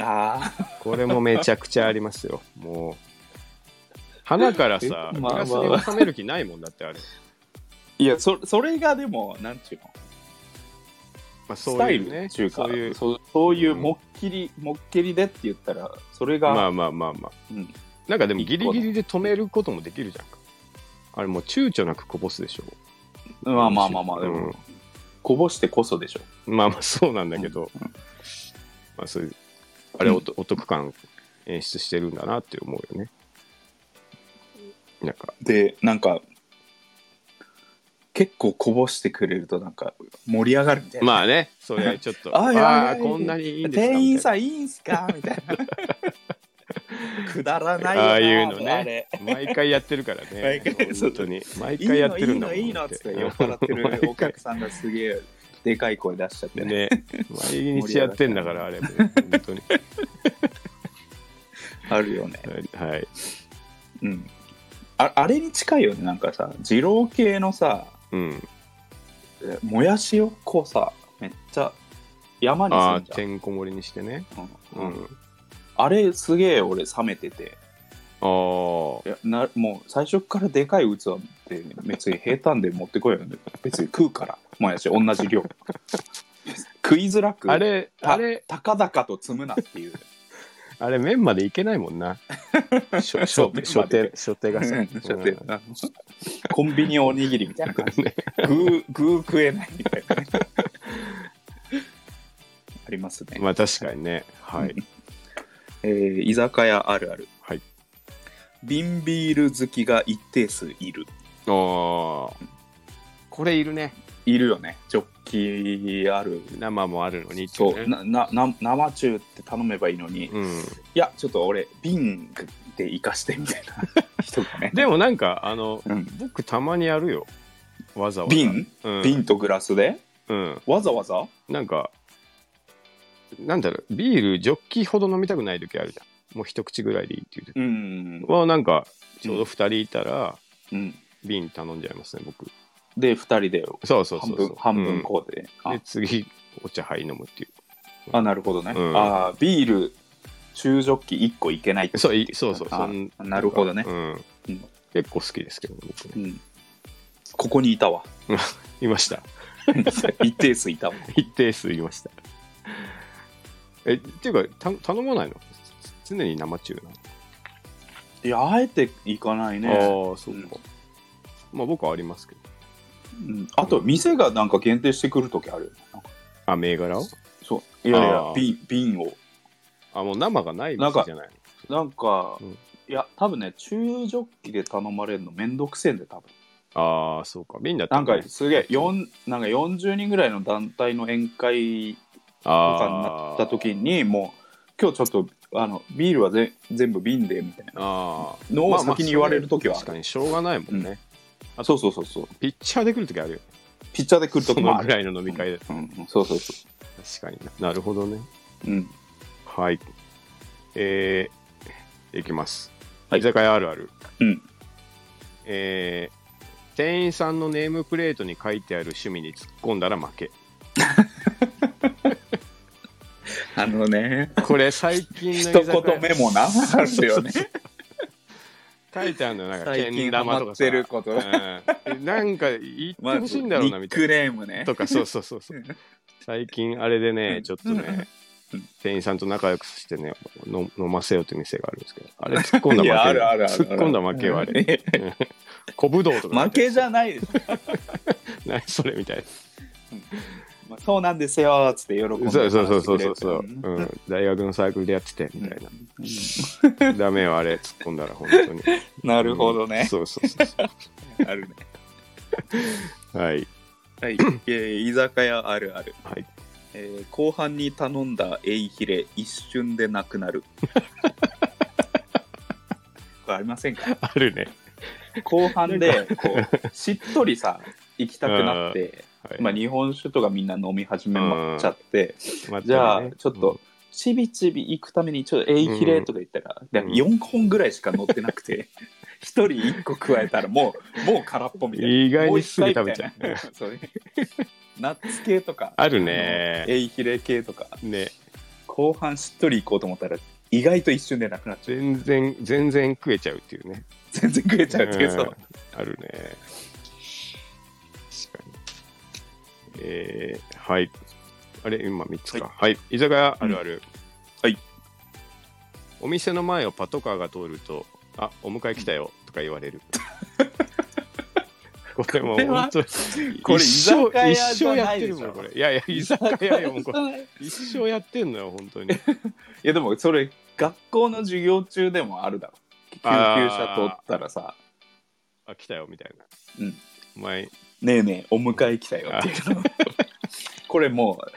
[SPEAKER 1] あ
[SPEAKER 2] これもめちゃくちゃありますよ。 もう。花からさ、
[SPEAKER 1] え
[SPEAKER 2] グ
[SPEAKER 1] まあ
[SPEAKER 2] ラスに収める気ないもんだってあれ。
[SPEAKER 1] いや、そそれがでも、なんちゅうの、
[SPEAKER 2] まあ、
[SPEAKER 1] ス
[SPEAKER 2] そう
[SPEAKER 1] タ
[SPEAKER 2] い
[SPEAKER 1] イ
[SPEAKER 2] う
[SPEAKER 1] ル
[SPEAKER 2] ね。
[SPEAKER 1] っていうか、
[SPEAKER 2] そういう。
[SPEAKER 1] そうそういうう、
[SPEAKER 2] ん
[SPEAKER 1] もっきり、もっきりでって言ったら、それが、
[SPEAKER 2] まあまあまあまあ。
[SPEAKER 1] うん
[SPEAKER 2] なんかでもギリギリで止めることもできるじゃんか。あれもう躊躇なくこぼすでしょ。
[SPEAKER 1] まあまあまあまあ、でも、
[SPEAKER 2] うん
[SPEAKER 1] こぼしてこそでしょ。
[SPEAKER 2] まあまあそうなんだけど、まあそういう、あれおとお得感演出してるんだなって思うよね。なんか、
[SPEAKER 1] で、なんか、結構こぼしてくれると、なんか、盛り上がるみたいな。
[SPEAKER 2] まあね、それちょっと、
[SPEAKER 1] あいやいや
[SPEAKER 2] ああ
[SPEAKER 1] いやい
[SPEAKER 2] ー、
[SPEAKER 1] や
[SPEAKER 2] こんなにいいんですかみたいな
[SPEAKER 1] 店員さんいいんすかみたいな。 くだらないよな
[SPEAKER 2] ああいうの
[SPEAKER 1] あ
[SPEAKER 2] ね
[SPEAKER 1] れ。
[SPEAKER 2] 毎回やってるからね。
[SPEAKER 1] 毎回
[SPEAKER 2] 本当に。毎回やってるんだもん
[SPEAKER 1] いいのいいのいいのっつって酔っ払ってるお客さんがすげえでかい声出しちゃってね。
[SPEAKER 2] ね。毎日やってんだから、あれも。本当に。
[SPEAKER 1] あるよね。
[SPEAKER 2] はい。
[SPEAKER 1] うん。ああれに近いよね。なんかさ、二郎系のさ、
[SPEAKER 2] うん。
[SPEAKER 1] えもやしをこうさ、めっちゃ山に
[SPEAKER 2] ああ、
[SPEAKER 1] するじ
[SPEAKER 2] てんこ盛りにしてね。
[SPEAKER 1] ゃん。う
[SPEAKER 2] う
[SPEAKER 1] んん。あれすげえ俺冷めてて。
[SPEAKER 2] あ
[SPEAKER 1] い
[SPEAKER 2] あ。
[SPEAKER 1] やなもう最初からでかい器って別に平坦で持ってこいよ、ね、別に食うからもやし同じ量 食いづらく
[SPEAKER 2] あれ、
[SPEAKER 1] た
[SPEAKER 2] あれ、
[SPEAKER 1] 高々と積むなって いう
[SPEAKER 2] あれ、麺までいけないもん な。しょし
[SPEAKER 1] そう
[SPEAKER 2] ょ
[SPEAKER 1] 麺ま
[SPEAKER 2] 初
[SPEAKER 1] で
[SPEAKER 2] 手、初手がさ。
[SPEAKER 1] うん ちょっとあのコンビニおにぎりみたいな感じで具具食えないみたいなね ありますね、
[SPEAKER 2] まあ確かにね。はい。
[SPEAKER 1] えー居酒屋あるある、
[SPEAKER 2] はい、
[SPEAKER 1] 瓶ビール好きが一定数いる
[SPEAKER 2] ああ。これいるね。
[SPEAKER 1] いるよねジョッキある
[SPEAKER 2] 生もあるのにってい
[SPEAKER 1] そう
[SPEAKER 2] ね
[SPEAKER 1] う、ななな生中って頼めばいいのに、い
[SPEAKER 2] うん。
[SPEAKER 1] や、ちょっと俺、瓶で生かしてみたいな人が ね。
[SPEAKER 2] でもなんか、あの、
[SPEAKER 1] うん
[SPEAKER 2] 僕たまにやるよ。わざわざ。
[SPEAKER 1] 瓶、
[SPEAKER 2] うん
[SPEAKER 1] 瓶とグラスで
[SPEAKER 2] うん。
[SPEAKER 1] わざわざ
[SPEAKER 2] なんか、なんだろう、ビールジョッキほど飲みたくない時あるじゃん。もう一口ぐらいでいいっていう時。
[SPEAKER 1] うん、
[SPEAKER 2] は、なんか、ちょうど二人いたら、
[SPEAKER 1] うん。
[SPEAKER 2] 瓶頼んじゃいますね、僕。
[SPEAKER 1] で、2人で
[SPEAKER 2] そうそう
[SPEAKER 1] 半
[SPEAKER 2] そう
[SPEAKER 1] 分
[SPEAKER 2] そう。
[SPEAKER 1] 半分こうで。
[SPEAKER 2] うん
[SPEAKER 1] あ
[SPEAKER 2] で、次、お茶杯飲むってい
[SPEAKER 1] あ、なるほどね。
[SPEAKER 2] うん
[SPEAKER 1] ああ、ビール、中ジョッキ1個いけないって
[SPEAKER 2] う。そう、いそうそう。
[SPEAKER 1] あ
[SPEAKER 2] そん
[SPEAKER 1] なるほどね
[SPEAKER 2] う。ん
[SPEAKER 1] うん。
[SPEAKER 2] 結構好きですけどね、僕ね。
[SPEAKER 1] うんここにいたわ。
[SPEAKER 2] いました。
[SPEAKER 1] 一定数いたわ。
[SPEAKER 2] 一定数いました。え、っていうか、た頼まないの常に生中なの
[SPEAKER 1] いや、あえていかないね。
[SPEAKER 2] ああ、そうか。まあ僕はありますけど。
[SPEAKER 1] うんあと、店がなんか限定してくるときあるよね。なんか
[SPEAKER 2] あ、銘柄を
[SPEAKER 1] そう。いやい
[SPEAKER 2] あ
[SPEAKER 1] や
[SPEAKER 2] ー、
[SPEAKER 1] 瓶瓶を。
[SPEAKER 2] あ、もう生がない店じゃないの
[SPEAKER 1] なんか、
[SPEAKER 2] うん
[SPEAKER 1] いや、多分ね、中ジョッキで頼まれるのめんどくせえんで、多分。
[SPEAKER 2] ああ、そうか。みんなって
[SPEAKER 1] な
[SPEAKER 2] ね
[SPEAKER 1] んか、すげえ、よんなんか40人ぐらいの団体の宴会とかになった時に、もう、今日ちょっと、あの、ビールはぜ全部瓶で、みたいな。
[SPEAKER 2] あーあー。
[SPEAKER 1] のを
[SPEAKER 2] まあまあ
[SPEAKER 1] 先に言われる時は
[SPEAKER 2] 確かにしょうがないもんね。
[SPEAKER 1] あそうそうそうそう。
[SPEAKER 2] ピッチャーで来る時あるよ。
[SPEAKER 1] ピッチャーで来る
[SPEAKER 2] そ
[SPEAKER 1] ときも
[SPEAKER 2] の
[SPEAKER 1] あ
[SPEAKER 2] ぐ
[SPEAKER 1] る。
[SPEAKER 2] らいの飲み会で。
[SPEAKER 1] うん、うんそうそうそ
[SPEAKER 2] 確かにな。なるほどね。
[SPEAKER 1] う。うん。
[SPEAKER 2] はい。えー、いきます。
[SPEAKER 1] はい
[SPEAKER 2] 居酒屋あるある。
[SPEAKER 1] うん。
[SPEAKER 2] えー、店員さんのネームプレートに書いてある趣味に突っ込んだら負け。
[SPEAKER 1] あのね、
[SPEAKER 2] これ最近の居
[SPEAKER 1] 一
[SPEAKER 2] 酒屋
[SPEAKER 1] 言目もな、あるよね。
[SPEAKER 2] 書いてあるのよなんか、
[SPEAKER 1] 最
[SPEAKER 2] けん
[SPEAKER 1] 近ハ
[SPEAKER 2] 玉と
[SPEAKER 1] マ
[SPEAKER 2] か
[SPEAKER 1] っ
[SPEAKER 2] さ
[SPEAKER 1] て。ること。
[SPEAKER 2] うんなんか言ってほしいんだろうなみ
[SPEAKER 1] ニッ
[SPEAKER 2] たい
[SPEAKER 1] クネームね
[SPEAKER 2] な。とかそうそうそうそう最近あれで
[SPEAKER 1] う
[SPEAKER 2] ね
[SPEAKER 1] ん
[SPEAKER 2] ちょっとね
[SPEAKER 1] うん
[SPEAKER 2] 店員さんと仲良くしてね飲飲ませようって店があるんですけどあれ突っ込んだ負
[SPEAKER 1] い
[SPEAKER 2] け
[SPEAKER 1] やあるあるあるある
[SPEAKER 2] 突っ込んだ負けはあれ小ぶどうとか
[SPEAKER 1] 負けじ
[SPEAKER 2] ゃ
[SPEAKER 1] ゃないでしょ
[SPEAKER 2] 何それみたい
[SPEAKER 1] まあそうなんですよ、つって喜んで
[SPEAKER 2] なそうそうそうそうそうそううん大学のサークルでやっててみたいなダメよあれ突っ込んだら本当に
[SPEAKER 1] なるほど
[SPEAKER 2] うん
[SPEAKER 1] ね。
[SPEAKER 2] そうそうそうそ
[SPEAKER 1] あるね。
[SPEAKER 2] うはい
[SPEAKER 1] はい。えー居酒屋あるある。
[SPEAKER 2] はい
[SPEAKER 1] えー後半に頼んだエイヒレ、一瞬でなくな る。これありませんか
[SPEAKER 2] あるね
[SPEAKER 1] 後半で、こ う、しっとりさ、行きたくなって、
[SPEAKER 2] はい
[SPEAKER 1] まあ日本酒とかみんな飲み始めまっちゃって、
[SPEAKER 2] まあ
[SPEAKER 1] じゃあ
[SPEAKER 2] ね
[SPEAKER 1] ちょっと、ちびちび行くためにちょっとエイヒレとか言ったら、でも4本ぐらいしか乗ってなくて、 一人一個加えたらもう、もう空っぽみたいな。
[SPEAKER 2] 意外にすぐ食べちゃう
[SPEAKER 1] も一回みたいな。そうね ナッツ系とか、
[SPEAKER 2] あるね
[SPEAKER 1] エイヒレ系とか、
[SPEAKER 2] ね
[SPEAKER 1] 後半しっとり行こうと思ったら、意外と一瞬でなくなっちゃう。
[SPEAKER 2] 全然全然食えちゃうっていうね
[SPEAKER 1] 全然食えちゃうっていう、
[SPEAKER 2] うん
[SPEAKER 1] そう。
[SPEAKER 2] あるね確かにえー、はいあれ今3つかはい、居酒屋あるある、
[SPEAKER 1] はい
[SPEAKER 2] お店の前をパトカーが通ると「あお迎え来たよ」とか言われ るこれもう本当
[SPEAKER 1] これ
[SPEAKER 2] 一
[SPEAKER 1] 居
[SPEAKER 2] 生
[SPEAKER 1] 酒屋
[SPEAKER 2] 一
[SPEAKER 1] じゃ
[SPEAKER 2] 生や
[SPEAKER 1] な
[SPEAKER 2] っ
[SPEAKER 1] い
[SPEAKER 2] て
[SPEAKER 1] でし
[SPEAKER 2] る
[SPEAKER 1] ょ
[SPEAKER 2] もんこれいやいや居酒屋よもうこれ
[SPEAKER 1] い
[SPEAKER 2] 一生やってんのよ本当に
[SPEAKER 1] や、でもそれ、学校の授業中でもあるだろ。救急車通ったらさ、
[SPEAKER 2] あ来たよみたいな
[SPEAKER 1] うん
[SPEAKER 2] 前
[SPEAKER 1] ねえねえお迎え来たよっていうの これもう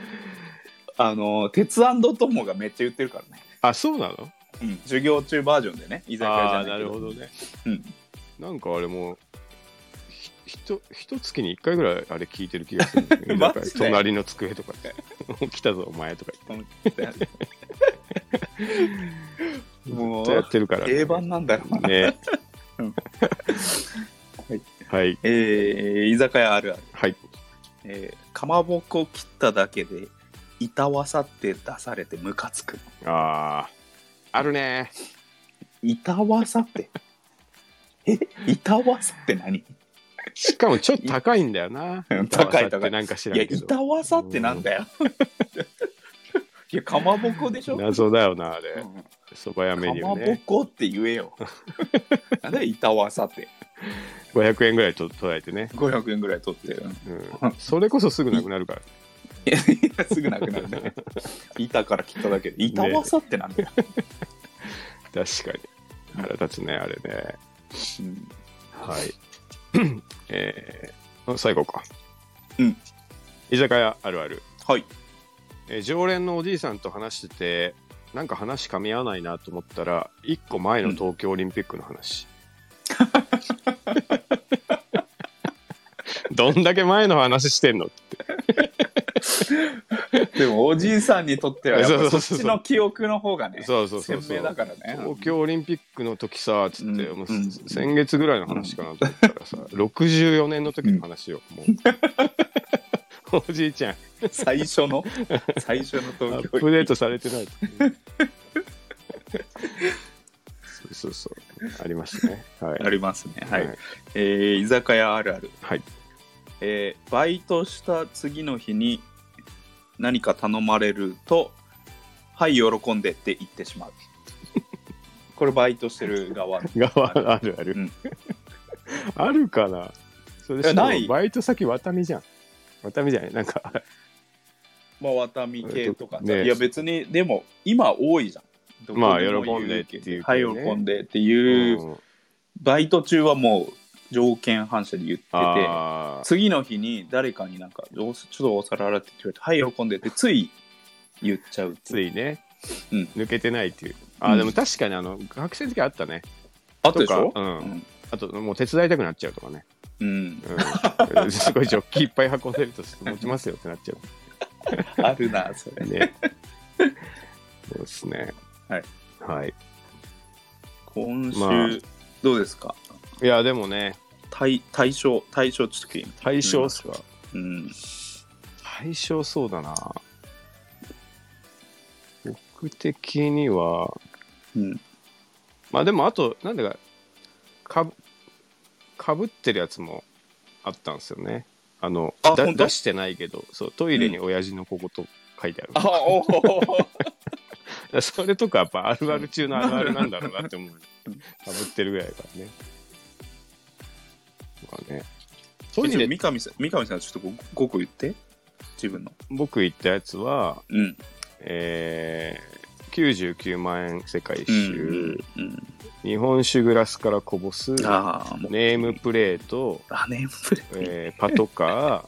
[SPEAKER 1] あの鉄腕友がめっちゃ言ってるからね
[SPEAKER 2] あそうなの
[SPEAKER 1] うん、授業中バージョンでね、居酒屋じ
[SPEAKER 2] あ
[SPEAKER 1] ゃ
[SPEAKER 2] あー、
[SPEAKER 1] な
[SPEAKER 2] ない
[SPEAKER 1] け
[SPEAKER 2] る
[SPEAKER 1] ど
[SPEAKER 2] ほどね。
[SPEAKER 1] うん
[SPEAKER 2] なんかあれもう、ひひとひと月に1回ぐらいあれ聞いてる気がするんだよ ね。
[SPEAKER 1] マ
[SPEAKER 2] なん
[SPEAKER 1] ジ
[SPEAKER 2] か
[SPEAKER 1] で
[SPEAKER 2] 隣の机とかで、 来たぞお前とか言って。
[SPEAKER 1] も
[SPEAKER 2] ずっとやっ
[SPEAKER 1] う、
[SPEAKER 2] てるから、
[SPEAKER 1] 定番なんだろうな。
[SPEAKER 2] ね。
[SPEAKER 1] うんはい
[SPEAKER 2] はい。
[SPEAKER 1] えー、居酒屋あるある。
[SPEAKER 2] はい。
[SPEAKER 1] えー、かまぼこ切っただけで、板わさって出されてムカつく。
[SPEAKER 2] ああ。あるね。
[SPEAKER 1] 板わさって。え板わさって何い
[SPEAKER 2] しかもちょっと高いんだよな
[SPEAKER 1] うん。高い
[SPEAKER 2] 板わさってなんか知らん
[SPEAKER 1] や、
[SPEAKER 2] けど。
[SPEAKER 1] 板わさってなんだよ。いや、かまぼこでしょ、
[SPEAKER 2] 謎だよな、あ
[SPEAKER 1] う
[SPEAKER 2] れ。
[SPEAKER 1] ん
[SPEAKER 2] そば屋メ
[SPEAKER 1] か
[SPEAKER 2] ニュ
[SPEAKER 1] ま
[SPEAKER 2] ー
[SPEAKER 1] ぼ
[SPEAKER 2] ね。
[SPEAKER 1] こって言えよ。なんで板わさって。
[SPEAKER 2] 500円ぐらいと捉えてね。
[SPEAKER 1] 500円ぐらい取って。うん
[SPEAKER 2] うん。それこそすぐなくなるから。
[SPEAKER 1] いやいやすぐなくなるね。板から切っただけで。板わさってなんだよ。
[SPEAKER 2] 確かに。腹立つね、あれね。
[SPEAKER 1] うん
[SPEAKER 2] はい。 えー、あ最後か。
[SPEAKER 1] うん。
[SPEAKER 2] 居酒屋あるある。
[SPEAKER 1] はい。
[SPEAKER 2] えー常連のおじいさんと話してて、なんか話噛み合わないなと思ったら、一個前の東京オリンピック の話。どんだけ前の話してんの
[SPEAKER 1] でも、おじいさんにとっては、やっ
[SPEAKER 2] そうそ
[SPEAKER 1] ぱ
[SPEAKER 2] う
[SPEAKER 1] そ
[SPEAKER 2] そ
[SPEAKER 1] うっちの記憶の方がね、
[SPEAKER 2] そうそうそ
[SPEAKER 1] 鮮
[SPEAKER 2] うそう
[SPEAKER 1] 明だからね。
[SPEAKER 2] 東京オリンピックの時さつって、
[SPEAKER 1] うん
[SPEAKER 2] もう
[SPEAKER 1] うん
[SPEAKER 2] 先月ぐらいの話かなと思ったらさ、64年の時の話よ、も うおじいちゃん
[SPEAKER 1] 最初の、最初の
[SPEAKER 2] ア
[SPEAKER 1] 東
[SPEAKER 2] ッ
[SPEAKER 1] 京
[SPEAKER 2] プデートされてないそうそうそうありますねはい
[SPEAKER 1] ありますね。はい。
[SPEAKER 2] はい
[SPEAKER 1] えー居酒屋あるある。
[SPEAKER 2] はい
[SPEAKER 1] えーバイトした次の日に何か頼まれると、はい、喜んでって言ってし まう。これ、バイトしてる側の。
[SPEAKER 2] 側あるある、
[SPEAKER 1] うん
[SPEAKER 2] あるかなそれ
[SPEAKER 1] いや
[SPEAKER 2] しかも
[SPEAKER 1] ない
[SPEAKER 2] バイト先ワタミじゃんワタミじゃないなんか
[SPEAKER 1] まあ、ワタミ系とかさ、
[SPEAKER 2] ね
[SPEAKER 1] いや別にでも今多いじゃんどこも
[SPEAKER 2] まあ喜んでっていうけどね
[SPEAKER 1] はい喜んでっていう、
[SPEAKER 2] うん
[SPEAKER 1] バイト中はもう条件反射で言ってて
[SPEAKER 2] あー
[SPEAKER 1] 次の日に誰かになんかどうすちょっとお皿洗ってって言われてはい喜んでってつい言っちゃうっていう
[SPEAKER 2] ついね、
[SPEAKER 1] うん
[SPEAKER 2] 抜けてないっていうあーでも確かにあの学生の時あったね
[SPEAKER 1] あとでしょ
[SPEAKER 2] とかうん
[SPEAKER 1] うん
[SPEAKER 2] あともう手伝いたくなっちゃうとかね、
[SPEAKER 1] うん
[SPEAKER 2] うん、すごいジョッキいっぱい運んでると持ちますよってなっちゃ
[SPEAKER 1] あるなそれ
[SPEAKER 2] うねそうですね
[SPEAKER 1] はい、
[SPEAKER 2] はい、
[SPEAKER 1] 今週、
[SPEAKER 2] まあ
[SPEAKER 1] どうですか
[SPEAKER 2] いやでもね
[SPEAKER 1] 対対象対象ちょっと聞いてみ
[SPEAKER 2] 対象っすか
[SPEAKER 1] うん
[SPEAKER 2] 対象そうだな僕的には
[SPEAKER 1] うん
[SPEAKER 2] まあでもあとなんだかかぶかぶってるやつもあったんですよねあの
[SPEAKER 1] あ
[SPEAKER 2] だ
[SPEAKER 1] 本当
[SPEAKER 2] 出してないけどそうトイレに親父の小言書いてある、
[SPEAKER 1] あお お
[SPEAKER 2] それとかやっぱあるある中のあるあるなんだろうなって思 う。かぶってるぐらいだからね。まあね。トイレ
[SPEAKER 1] 三上さん三上さんちょっと5個言って自分の
[SPEAKER 2] 僕行ったやつは、
[SPEAKER 1] うん
[SPEAKER 2] えー、99万円世界一周、
[SPEAKER 1] うん
[SPEAKER 2] 日本酒グラスからこぼす、ネ
[SPEAKER 1] ああもう
[SPEAKER 2] ームプレート、
[SPEAKER 1] あネームプレート、
[SPEAKER 2] えーパトカ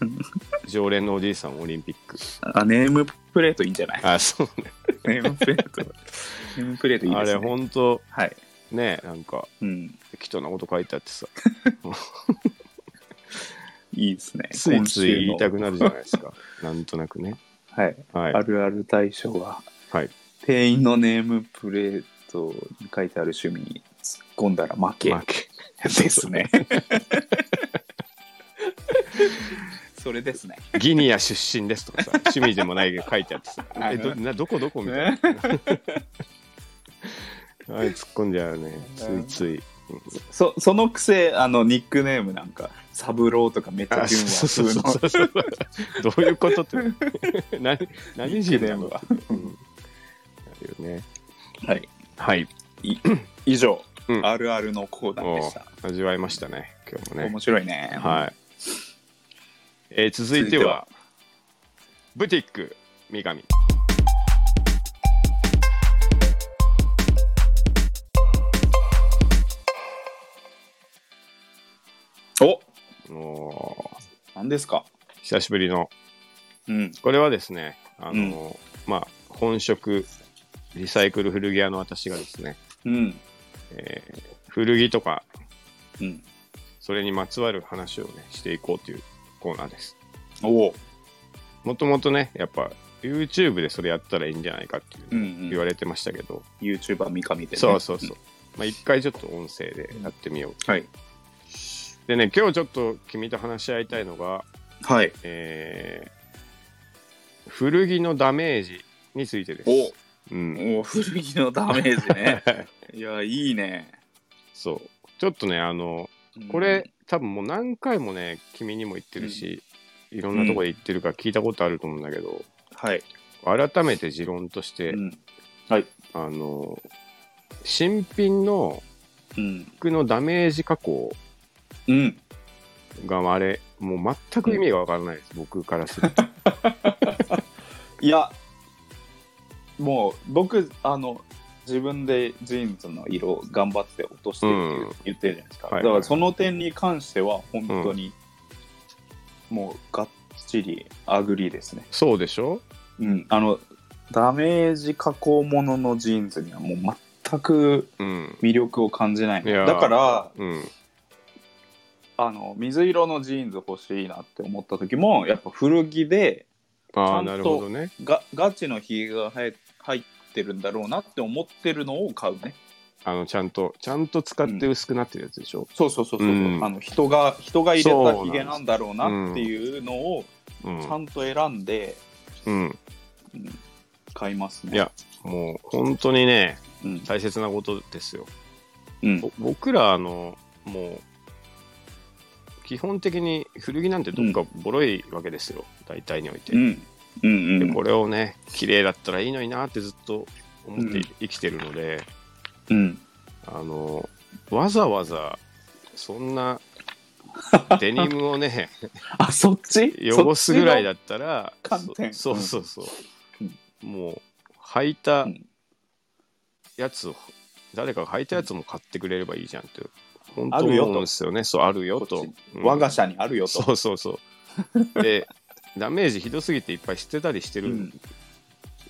[SPEAKER 1] う
[SPEAKER 2] ー、 常連のおじいさんオリンピック。
[SPEAKER 1] あネームプレートいいんじゃない
[SPEAKER 2] あ、そうね。
[SPEAKER 1] ネームプレートネームプレートいい
[SPEAKER 2] あ
[SPEAKER 1] です
[SPEAKER 2] れ
[SPEAKER 1] ね
[SPEAKER 2] ほんと、
[SPEAKER 1] はい、
[SPEAKER 2] ね、なんか
[SPEAKER 1] うん、
[SPEAKER 2] 適当なこと書いてあってさ、
[SPEAKER 1] いいですね
[SPEAKER 2] ついつい言いた
[SPEAKER 1] く
[SPEAKER 2] くなるじゃない ですか。なんとなくね。
[SPEAKER 1] はい
[SPEAKER 2] はい
[SPEAKER 1] あ。るある対象は、
[SPEAKER 2] はい
[SPEAKER 1] 店員のネームプレートに書いてある趣味に突っ込んだら負け
[SPEAKER 2] 負け。
[SPEAKER 1] です ね。それですね。、
[SPEAKER 2] ギニア出身ですとか さ、趣味でもないけど書いてあってさ
[SPEAKER 1] はい
[SPEAKER 2] えどなどこどこみたい
[SPEAKER 1] ね
[SPEAKER 2] な。はい、突っ込んじゃうね。ついつい。
[SPEAKER 1] そそのくせあのニックネームなんか「サブロー」とかめっちゃ
[SPEAKER 2] あ、
[SPEAKER 1] 純
[SPEAKER 2] そう
[SPEAKER 1] 和
[SPEAKER 2] そ
[SPEAKER 1] 風
[SPEAKER 2] う
[SPEAKER 1] の
[SPEAKER 2] そうそう。どういうことって。 何、何
[SPEAKER 1] ニッ
[SPEAKER 2] 人
[SPEAKER 1] クネー
[SPEAKER 2] な
[SPEAKER 1] ム
[SPEAKER 2] の
[SPEAKER 1] は。
[SPEAKER 2] うんあるよね。
[SPEAKER 1] はい、
[SPEAKER 2] はい。
[SPEAKER 1] 以上、
[SPEAKER 2] うん
[SPEAKER 1] あるあるのコーナーでした。
[SPEAKER 2] お味わいましたね。今日もね
[SPEAKER 1] 面。白いね。
[SPEAKER 2] はい。えー続いては、ブティック三上。
[SPEAKER 1] お
[SPEAKER 2] おー
[SPEAKER 1] 何ですか
[SPEAKER 2] 久しぶりの
[SPEAKER 1] うん。
[SPEAKER 2] これはですね、あの、まあ、本職リサイクル古着屋の私がですね、
[SPEAKER 1] うん。
[SPEAKER 2] えー古着とか、
[SPEAKER 1] うん。
[SPEAKER 2] それにまつわる話をね、していこうというコーナーです。
[SPEAKER 1] おお。
[SPEAKER 2] もともとね、やっぱ YouTube でそれやったらいいんじゃないかっていうう、
[SPEAKER 1] ん、う
[SPEAKER 2] 言
[SPEAKER 1] ん。
[SPEAKER 2] われてましたけど、
[SPEAKER 1] YouTuber 三上で、ね。
[SPEAKER 2] そうそうそう。まあ、一回ちょっと音声でやってみよう。
[SPEAKER 1] うん。はい。
[SPEAKER 2] でね、今日ちょっと君と話し合いたいのが、
[SPEAKER 1] はい。
[SPEAKER 2] えー古着のダメージについてです。
[SPEAKER 1] お
[SPEAKER 2] うん、
[SPEAKER 1] お お古着のダメージね。いや、いいね。
[SPEAKER 2] そう。ちょっとね、あの、
[SPEAKER 1] うん
[SPEAKER 2] これ、、多分もう何回もね、君にも言ってるし、いろんなとこで言ってるから聞いたことあると思うんだけど、
[SPEAKER 1] はい。
[SPEAKER 2] 改めて持論として、
[SPEAKER 1] ん。
[SPEAKER 2] あの、新品の
[SPEAKER 1] うん。
[SPEAKER 2] 服のダメージ加工
[SPEAKER 1] うん。
[SPEAKER 2] があれ、もう全く意味がわからないです、僕か らすると。
[SPEAKER 1] いや、もう僕、あの、自分でジーンズの色を頑張って落としてるって言ってるじゃないですか。
[SPEAKER 2] はいはい
[SPEAKER 1] だからその点に関しては、本当に、もうがっちりアグリーですね。
[SPEAKER 2] そうでしょ
[SPEAKER 1] うん。あの、ダメージ加工もののジーンズにはもう全く
[SPEAKER 2] うん。
[SPEAKER 1] 魅力を感じない
[SPEAKER 2] いや
[SPEAKER 1] の。
[SPEAKER 2] ー
[SPEAKER 1] だから、
[SPEAKER 2] うん。
[SPEAKER 1] あの、水色のジーンズ欲しいなって思った時も、やっぱ古着で、
[SPEAKER 2] あ
[SPEAKER 1] ちゃ
[SPEAKER 2] あ、
[SPEAKER 1] んと
[SPEAKER 2] なるほどね。
[SPEAKER 1] がガチのひげが生え入ってるんだろうなって思ってるのを買うね
[SPEAKER 2] あの、ちゃんと、ちゃんと使って薄くなってるやつでしょ。
[SPEAKER 1] そうそうそうそう、
[SPEAKER 2] うん
[SPEAKER 1] あの人が人が入れたひげな
[SPEAKER 2] そうな
[SPEAKER 1] ん
[SPEAKER 2] です
[SPEAKER 1] んだろうなっていうのを
[SPEAKER 2] うん
[SPEAKER 1] ちゃんと選んで、
[SPEAKER 2] うん。
[SPEAKER 1] うん買いますね
[SPEAKER 2] いやもう、本当にね、
[SPEAKER 1] うん
[SPEAKER 2] 大切なことですよ。
[SPEAKER 1] うん
[SPEAKER 2] ぼ僕らあのもう基本的に古着なんてどっかボロいわけですよ、大体において、
[SPEAKER 1] うんうんう
[SPEAKER 2] で
[SPEAKER 1] ん
[SPEAKER 2] これをね綺麗だったらいいのになってずっと思って生きてるので、
[SPEAKER 1] うん
[SPEAKER 2] あのわざわざそん なデニムをね
[SPEAKER 1] あそっち
[SPEAKER 2] 汚すぐらい
[SPEAKER 1] だ
[SPEAKER 2] だったら
[SPEAKER 1] そっちの観点
[SPEAKER 2] そ
[SPEAKER 1] うん
[SPEAKER 2] そうそうそう、もう履いた
[SPEAKER 1] うん
[SPEAKER 2] やつを誰かが履いたやつも買ってくれればいいじゃんって本
[SPEAKER 1] あ
[SPEAKER 2] 当
[SPEAKER 1] るよと
[SPEAKER 2] 思うんですよねそうあるよと
[SPEAKER 1] こっ我が
[SPEAKER 2] 社
[SPEAKER 1] 社にあるよと
[SPEAKER 2] そうそうそうでダメージひどすぎていっぱい捨てたりしてる、
[SPEAKER 1] うん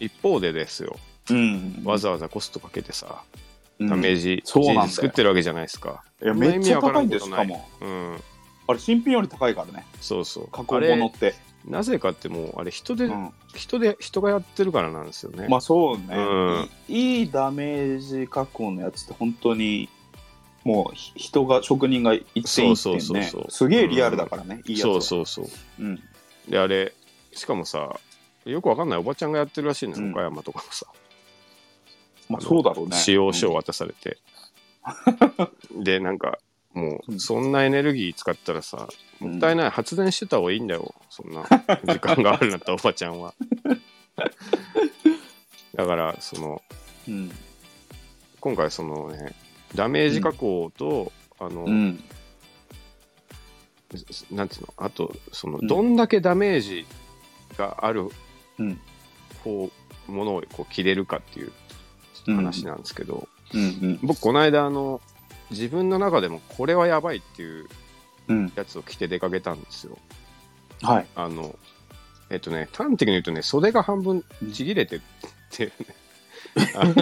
[SPEAKER 2] 一方でですよ
[SPEAKER 1] うん
[SPEAKER 2] わざわざコストかけてさ、
[SPEAKER 1] うん
[SPEAKER 2] ダメージ
[SPEAKER 1] そうなんだよ
[SPEAKER 2] GG 作ってるわけじゃないですか
[SPEAKER 1] いやめっちゃ高いんで
[SPEAKER 2] そ
[SPEAKER 1] す
[SPEAKER 2] ん
[SPEAKER 1] し
[SPEAKER 2] な意
[SPEAKER 1] か
[SPEAKER 2] 味わ
[SPEAKER 1] も
[SPEAKER 2] からんことないうん
[SPEAKER 1] あれ新品より高いからね
[SPEAKER 2] そうそう
[SPEAKER 1] 加工
[SPEAKER 2] あれ
[SPEAKER 1] 物って、
[SPEAKER 2] なぜかってもうあれ人で、
[SPEAKER 1] うん、
[SPEAKER 2] 人で人がやってるからなんですよね、
[SPEAKER 1] まあそうね、
[SPEAKER 2] うん
[SPEAKER 1] いいいダメージ加工のやつって本当にもうひ人が職人が一点一
[SPEAKER 2] そうそ
[SPEAKER 1] 点
[SPEAKER 2] うそう
[SPEAKER 1] ね
[SPEAKER 2] そう
[SPEAKER 1] すげえリアルだからね、いいやつは
[SPEAKER 2] そうそうそう
[SPEAKER 1] う、ん、
[SPEAKER 2] であれしかもさよくわかんないおばちゃんがやってるらしいのよ、
[SPEAKER 1] うん
[SPEAKER 2] 岡山とかもさ
[SPEAKER 1] まあそうだろうね
[SPEAKER 2] 使用書を渡されて、でなんかも
[SPEAKER 1] う
[SPEAKER 2] うんそんなエネルギー使ったらさ
[SPEAKER 1] うん
[SPEAKER 2] もったいない発電してた方がいいんだよそ んな時間があるんだったらおばちゃんはだからその
[SPEAKER 1] うん
[SPEAKER 2] 今回そのねダメージ加工と、あの、
[SPEAKER 1] うん
[SPEAKER 2] なんていうのあとその
[SPEAKER 1] うん
[SPEAKER 2] どんだけダメージがある
[SPEAKER 1] うん
[SPEAKER 2] こうものをこう切れるかっていう話なんですけど、
[SPEAKER 1] うん
[SPEAKER 2] 僕この間あの自分の中でもこれはやばいっていう
[SPEAKER 1] うん
[SPEAKER 2] やつを着て出かけたんですよ
[SPEAKER 1] はい
[SPEAKER 2] あのえっとね端的に言うとね袖が半分ちぎれてる っていうねあの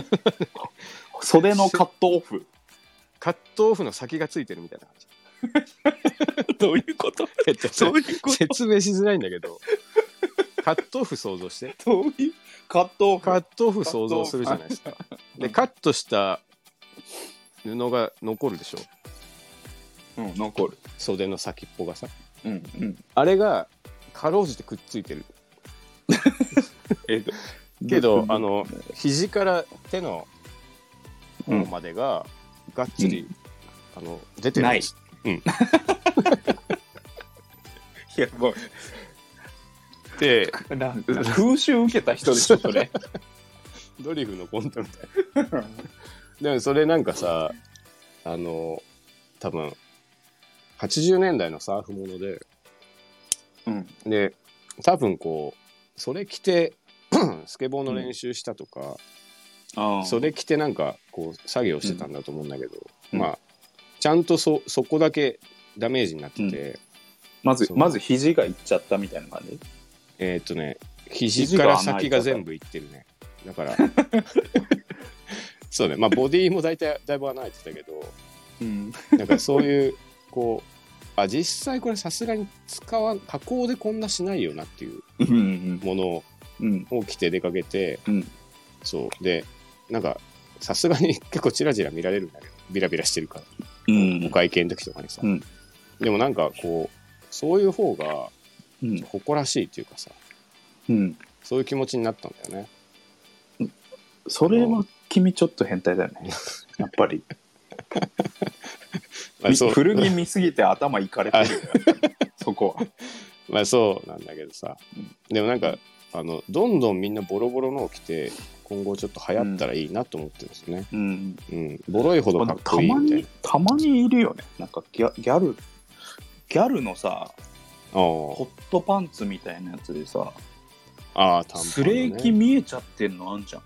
[SPEAKER 1] 袖のカットオ フ
[SPEAKER 2] カットオフの先がついてるみたいな感じ
[SPEAKER 1] どういうこと
[SPEAKER 2] え っと
[SPEAKER 1] どういうこと
[SPEAKER 2] 説明しづらいんだけどカットオフ想像して
[SPEAKER 1] どういうカットオフ
[SPEAKER 2] カットオフ想像するじゃないですか。で、カットした布が残るでしょ。
[SPEAKER 1] うん残る
[SPEAKER 2] 袖の先っぽがさ。
[SPEAKER 1] うんうん
[SPEAKER 2] あれが、かろうじてくっついてる。けど、あの、肘から手の
[SPEAKER 1] う
[SPEAKER 2] 方
[SPEAKER 1] ん
[SPEAKER 2] までが、がっつり、あの、出てるん
[SPEAKER 1] ない
[SPEAKER 2] です。
[SPEAKER 1] いやも
[SPEAKER 2] で、
[SPEAKER 1] う なんか風習受けた人でしょそ れ
[SPEAKER 2] ドリフのコントみたいな。でも、それなんかさ、あの、多分、80年代のサーフもので、
[SPEAKER 1] うん
[SPEAKER 2] で多分こうそれ着て スケボーの練習したとか、
[SPEAKER 1] ああ
[SPEAKER 2] それ着てなんかこう作業してたんだと思うんだけど、
[SPEAKER 1] うん
[SPEAKER 2] まあちゃんとそそこだけダメージになってて、
[SPEAKER 1] まず
[SPEAKER 2] そう
[SPEAKER 1] まず肘がいっちゃったみたいな感じ
[SPEAKER 2] えーっとね肘から先が全部いってるねだからそうねまあボディも大体だいぶ穴開いてたけど
[SPEAKER 1] うん。
[SPEAKER 2] なんかそういうこうあ実際これさすがに使わん加工でこんなしないよなっていう
[SPEAKER 1] うん。
[SPEAKER 2] もの
[SPEAKER 1] うん。
[SPEAKER 2] を着て出かけて、
[SPEAKER 1] うん
[SPEAKER 2] そうでなんかさすがに 結構チラチラ見られるんだけどビラビラしてるから、
[SPEAKER 1] うん
[SPEAKER 2] お。会計の時とかにさ、
[SPEAKER 1] うん
[SPEAKER 2] でもなんかこうそういう方が
[SPEAKER 1] うん。
[SPEAKER 2] 誇らしいっていうかさ
[SPEAKER 1] うん。
[SPEAKER 2] そういう気持ちになったんだよね
[SPEAKER 1] それは君ちょっと変態だよね。やっぱり。
[SPEAKER 2] あそう
[SPEAKER 1] 古着見すぎて頭いかれてるよそこは。
[SPEAKER 2] まあそうなんだけどさ、でもなんかあのどんどんみんなボロボロのを着て今後ちょっと流行ったらいいなと思ってるんですよね、
[SPEAKER 1] うん。
[SPEAKER 2] うんボロいほどかっこいい
[SPEAKER 1] たま
[SPEAKER 2] みたい
[SPEAKER 1] に
[SPEAKER 2] な
[SPEAKER 1] たまにいるよねなんかギャギャルギャルのさ
[SPEAKER 2] あー
[SPEAKER 1] ホットパンツみたいなやつでさ
[SPEAKER 2] あー短パンのね
[SPEAKER 1] スレーキ見えちゃってんのあんじゃん